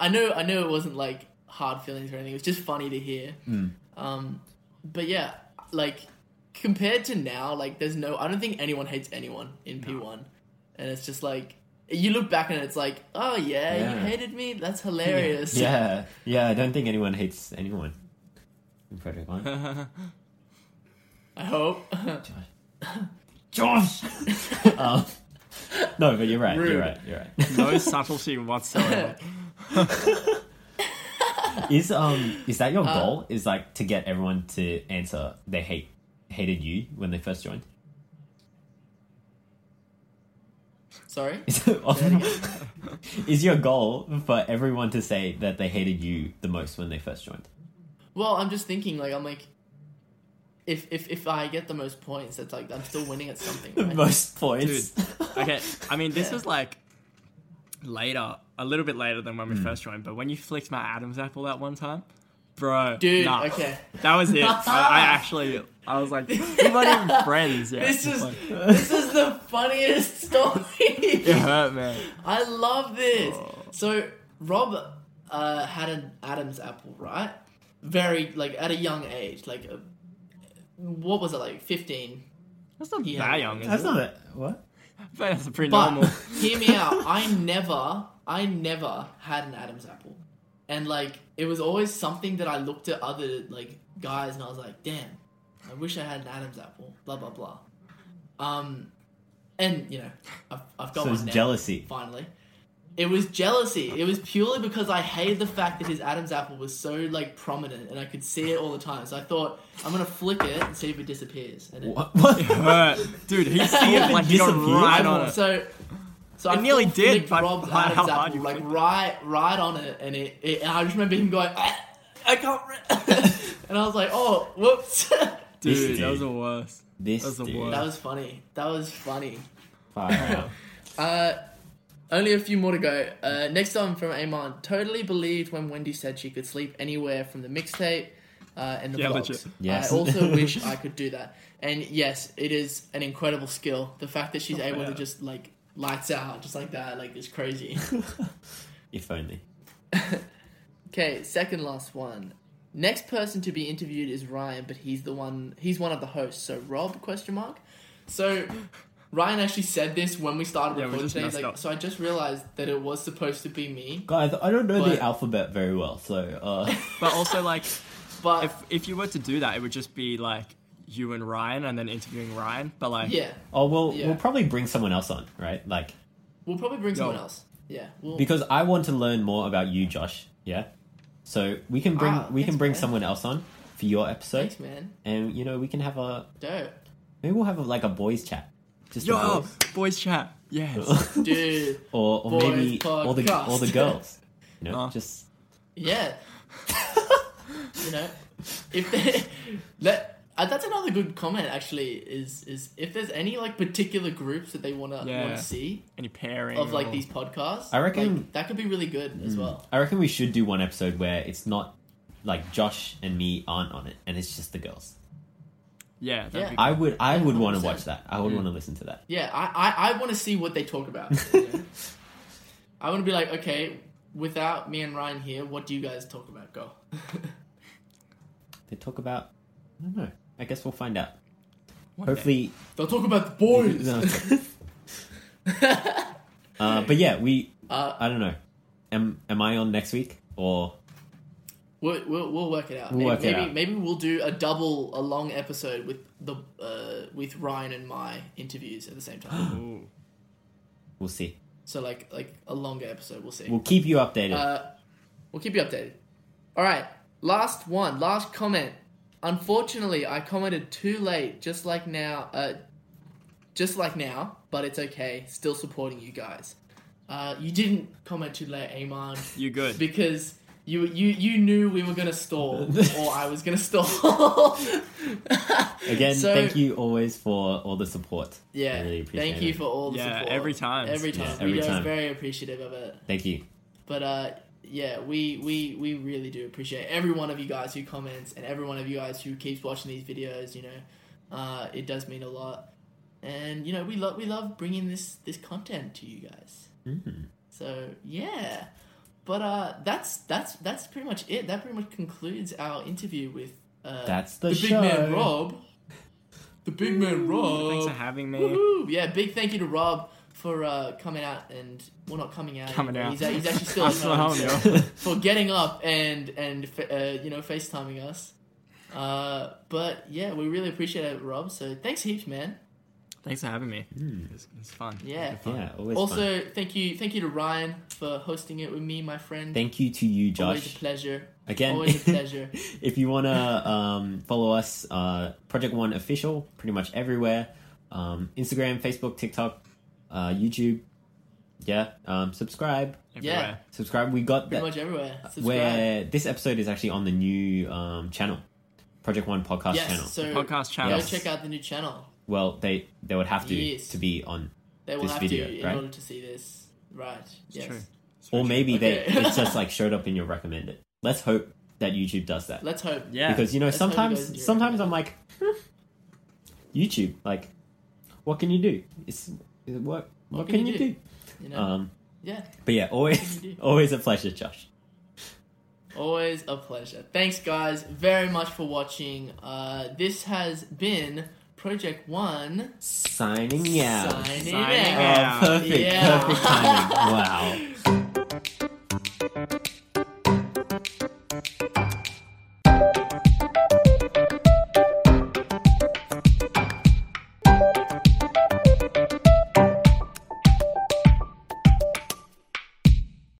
Speaker 1: I know I know it wasn't like hard feelings or anything. It was just funny to hear.
Speaker 2: Hmm.
Speaker 1: Um, but yeah, like compared to now, like there's no I don't think anyone hates anyone in P one, and it's just like you look back and it's like oh yeah, you
Speaker 2: Yeah.
Speaker 1: hated me. That's hilarious.
Speaker 2: yeah, yeah. I don't think anyone hates anyone in Project One.
Speaker 1: I hope.
Speaker 2: Josh. um, no, but you're right.
Speaker 1: Rude.
Speaker 2: You're right. You're right.
Speaker 3: no subtlety whatsoever.
Speaker 2: Is um is that your
Speaker 1: Uh,
Speaker 2: goal? Is like to get everyone to answer they hate hated you when they first joined?
Speaker 1: Sorry.
Speaker 2: Is,
Speaker 1: again.
Speaker 2: is your goal for everyone to say that they hated you the most when they first joined?
Speaker 1: Well, I'm just thinking like I'm like. If, if, if I get the most points, that's like I'm still winning at something.
Speaker 2: The
Speaker 1: Right?
Speaker 2: most points.
Speaker 3: Dude, okay. I mean, this
Speaker 1: Yeah.
Speaker 3: was like later, a little bit later than when we first joined, but when you flicked my Adam's apple that one time, bro.
Speaker 1: Dude,
Speaker 3: nah.
Speaker 1: okay.
Speaker 3: That was it. I, I actually, I was like, we're not even friends yet.
Speaker 1: This is
Speaker 3: Like,
Speaker 1: this is the funniest story.
Speaker 3: it hurt, man.
Speaker 1: I love this.
Speaker 3: Oh.
Speaker 1: So Rob uh, had an Adam's apple, right? Very like at a young age, like uh what was it, like fifteen?
Speaker 3: That's not
Speaker 1: Yeah.
Speaker 3: that young, is
Speaker 2: That's
Speaker 3: it?
Speaker 2: not a, what?
Speaker 3: That's pretty
Speaker 1: But
Speaker 3: normal.
Speaker 1: hear me out. I never I never had an Adam's apple, and like it was always something that I looked at other like guys and I was like, damn, I wish I had an Adam's apple. Blah blah blah. Um, and you know, I've, I've got
Speaker 2: So
Speaker 1: one
Speaker 2: it's
Speaker 1: now,
Speaker 2: jealousy.
Speaker 1: Finally, it was jealousy. It was purely because I hated the fact that his Adam's apple was so like prominent and I could see it all the time. So I thought I'm gonna flick it and see if it disappears. And it,
Speaker 2: What? what?
Speaker 3: Hurt. Dude, he seemed like he got
Speaker 2: Disappeared?
Speaker 3: right on it.
Speaker 1: So, so
Speaker 3: It
Speaker 1: I
Speaker 3: nearly
Speaker 1: flicked-
Speaker 3: did,
Speaker 1: flicked
Speaker 3: but
Speaker 1: Rob's
Speaker 3: how
Speaker 1: Adam's
Speaker 3: hard
Speaker 1: apple,
Speaker 3: you
Speaker 1: like
Speaker 3: flicked it.
Speaker 1: right, right on it, and it, it and I just remember him going, "Ah, I can't, re-" and I was like, oh, whoops.
Speaker 3: Dude,
Speaker 2: This
Speaker 3: that was
Speaker 2: dude.
Speaker 3: the worst.
Speaker 2: This
Speaker 3: That's the
Speaker 2: dude.
Speaker 3: worst.
Speaker 1: that was funny. That was funny.
Speaker 2: Far out.
Speaker 1: Uh, only a few more to go. Uh, next on from Amon. Totally believed when Wendy said she could sleep anywhere from the mixtape uh, and the
Speaker 3: Yeah,
Speaker 1: vlogs.
Speaker 3: legit.
Speaker 2: Yes.
Speaker 1: I also wish I could do that. And yes, it is an incredible skill. The fact that she's able to
Speaker 3: yeah.
Speaker 1: just like lights out just like that, like is crazy.
Speaker 2: if only.
Speaker 1: okay, second last one. Next person to be interviewed is Ryan, but he's the one. He's one of the hosts. So Rob? Question mark. So Ryan actually said this when we started
Speaker 3: Yeah, we
Speaker 1: recording
Speaker 3: just
Speaker 1: today. He's
Speaker 3: messed
Speaker 1: like,
Speaker 3: up.
Speaker 1: so I just realized that it was supposed to be me,
Speaker 2: Guys, I don't know
Speaker 1: But-
Speaker 2: the alphabet very well, so uh,
Speaker 3: But also, like,
Speaker 1: but
Speaker 3: if if you were to do that, it would just be like you and Ryan, and then interviewing Ryan. But like,
Speaker 1: yeah,
Speaker 2: oh well,
Speaker 1: Yeah.
Speaker 2: we'll probably bring someone else on, right? Like
Speaker 1: we'll probably bring someone
Speaker 3: Yo.
Speaker 1: else. Yeah, we'll,
Speaker 2: because I want to learn more about you, Josh. Yeah, so we can bring
Speaker 1: Ah,
Speaker 2: we can
Speaker 1: thanks,
Speaker 2: bring
Speaker 1: man.
Speaker 2: someone else on for your episode,
Speaker 1: thanks, man.
Speaker 2: and you know we can have a
Speaker 1: Dope,
Speaker 2: maybe we'll have a, like a boys chat, just the
Speaker 3: yo,
Speaker 2: boys.
Speaker 3: boys chat, yes.
Speaker 1: dude.
Speaker 2: or or
Speaker 1: Boys
Speaker 2: maybe all the
Speaker 1: podcast.
Speaker 2: all the girls, you know,
Speaker 3: Ah.
Speaker 2: just
Speaker 1: Yeah. you know, if they, let uh, that's another good comment actually is is if there's any like particular groups that they wanna
Speaker 3: Yeah.
Speaker 1: wanna see
Speaker 3: Any pairing
Speaker 1: of
Speaker 3: or-
Speaker 1: like these podcasts,
Speaker 2: I reckon- Hmm.
Speaker 1: like, that could be really good as well.
Speaker 2: I reckon we should do one episode where it's not like Josh and me aren't on it, and it's just the girls.
Speaker 3: Yeah, that'd
Speaker 1: Yeah.
Speaker 3: be
Speaker 2: I would I would want to
Speaker 1: 100%.
Speaker 2: watch that. I would want to listen to that.
Speaker 1: Yeah, I I, I want to see what they talk about. you know? I want to be like, okay, without me and Ryan here, what do you guys talk about? Go.
Speaker 2: They talk about I don't know. I guess we'll find out.
Speaker 3: one day.
Speaker 2: Hopefully,
Speaker 1: They'll talk about the boys.
Speaker 2: No, uh, but yeah, we.
Speaker 1: Uh,
Speaker 2: I don't know. Am am I on next week or
Speaker 1: We'll, we'll, we'll work it out.
Speaker 2: We'll
Speaker 1: maybe,
Speaker 2: work it
Speaker 1: maybe,
Speaker 2: out.
Speaker 1: maybe we'll do a double, a long episode with the uh, with Ryan and my interviews at the same time.
Speaker 3: Ooh.
Speaker 2: we'll see.
Speaker 1: so like like a longer episode. We'll see.
Speaker 2: We'll keep you updated.
Speaker 1: Uh, we'll keep you updated. All right, last one, last comment. Unfortunately, I commented too late, just like now, uh, just like now. But it's okay. Still supporting you guys. Uh, you didn't comment too late, Amon.
Speaker 3: You good?
Speaker 1: because you you you knew we were gonna stall or I was gonna stall.
Speaker 2: Again,
Speaker 1: so-
Speaker 2: thank you always for all the support. I
Speaker 1: Yeah,
Speaker 2: really appreciate
Speaker 1: thank you
Speaker 2: it.
Speaker 1: for all the
Speaker 3: Yeah,
Speaker 1: support.
Speaker 3: every time.
Speaker 1: Every
Speaker 2: Yeah,
Speaker 1: time.
Speaker 2: every
Speaker 1: we are
Speaker 2: time.
Speaker 1: very appreciative of it.
Speaker 2: Thank you.
Speaker 1: But uh, yeah, we we we really do appreciate every one of you guys who comments and every one of you guys who keeps watching these videos. You know, uh, it does mean a lot. And you know, we love we love bringing this this content to you guys.
Speaker 2: Mhm.
Speaker 1: So yeah, but uh, that's that's that's pretty much it. That pretty much concludes our interview with uh,
Speaker 2: That's the,
Speaker 1: the
Speaker 2: show.
Speaker 1: big man Rob. The big man Rob.
Speaker 3: Thanks for having me.
Speaker 1: Woohoo! Yeah, big thank you to Rob for uh, coming out and well, not coming out.
Speaker 3: Coming
Speaker 1: anymore.
Speaker 3: out.
Speaker 1: He's, a- he's actually still
Speaker 3: I'm
Speaker 1: at
Speaker 3: still
Speaker 1: home,
Speaker 3: at home,
Speaker 1: so- for getting up and and fa- uh, you know FaceTiming us. Uh, but yeah, we really appreciate it, Rob. So thanks heaps, man.
Speaker 3: Thanks for having me.
Speaker 2: Hmm.
Speaker 3: It's, it's fun.
Speaker 1: Yeah.
Speaker 3: It's fun.
Speaker 2: yeah, always fun.
Speaker 1: also, thank you, thank you to Ryan for hosting it with me, my friend.
Speaker 2: Thank you to you,
Speaker 1: Always a
Speaker 2: Josh.
Speaker 1: pleasure.
Speaker 2: Again,
Speaker 1: Always a pleasure.
Speaker 2: if you want to um, follow us, uh, Project One Official, pretty much everywhere um, Instagram, Facebook, TikTok, uh, YouTube. Yeah, um, subscribe.
Speaker 3: Everywhere.
Speaker 2: Subscribe. We got
Speaker 1: Pretty
Speaker 2: that.
Speaker 1: much everywhere. Subscribe.
Speaker 2: Where this episode is actually on the new um, channel, Project One podcast
Speaker 1: yes.
Speaker 2: channel.
Speaker 1: So
Speaker 3: Podcast
Speaker 1: go
Speaker 3: channel.
Speaker 2: Yes.
Speaker 1: check out the new channel.
Speaker 2: Well, they they would have to
Speaker 1: Yes.
Speaker 2: to be on,
Speaker 1: They will
Speaker 2: This
Speaker 1: have
Speaker 2: video,
Speaker 1: to in
Speaker 2: right?
Speaker 1: order to see this. Right.
Speaker 3: It's
Speaker 1: yes.
Speaker 3: true. It's
Speaker 2: or
Speaker 3: true.
Speaker 2: maybe they
Speaker 1: Okay.
Speaker 2: it's just like showed up in your recommended. Let's hope that YouTube does that
Speaker 1: Let's hope.
Speaker 3: Yeah.
Speaker 2: because you know
Speaker 1: Let's hope it goes in
Speaker 2: sometimes
Speaker 1: your
Speaker 2: sometimes I'm like hmm, YouTube like what can you do? It's it- what what, can, you do?
Speaker 1: You know.
Speaker 2: Um,
Speaker 1: yeah.
Speaker 2: but yeah,
Speaker 1: What
Speaker 2: always
Speaker 1: can you do?
Speaker 2: always a pleasure, Josh.
Speaker 1: Always a pleasure. Thanks, guys, very much for watching. Uh, this has been Project One
Speaker 2: Signing out.
Speaker 1: signing,
Speaker 3: Signing
Speaker 1: out.
Speaker 3: out.
Speaker 2: Oh, perfect,
Speaker 1: Yeah.
Speaker 2: perfect timing. Wow.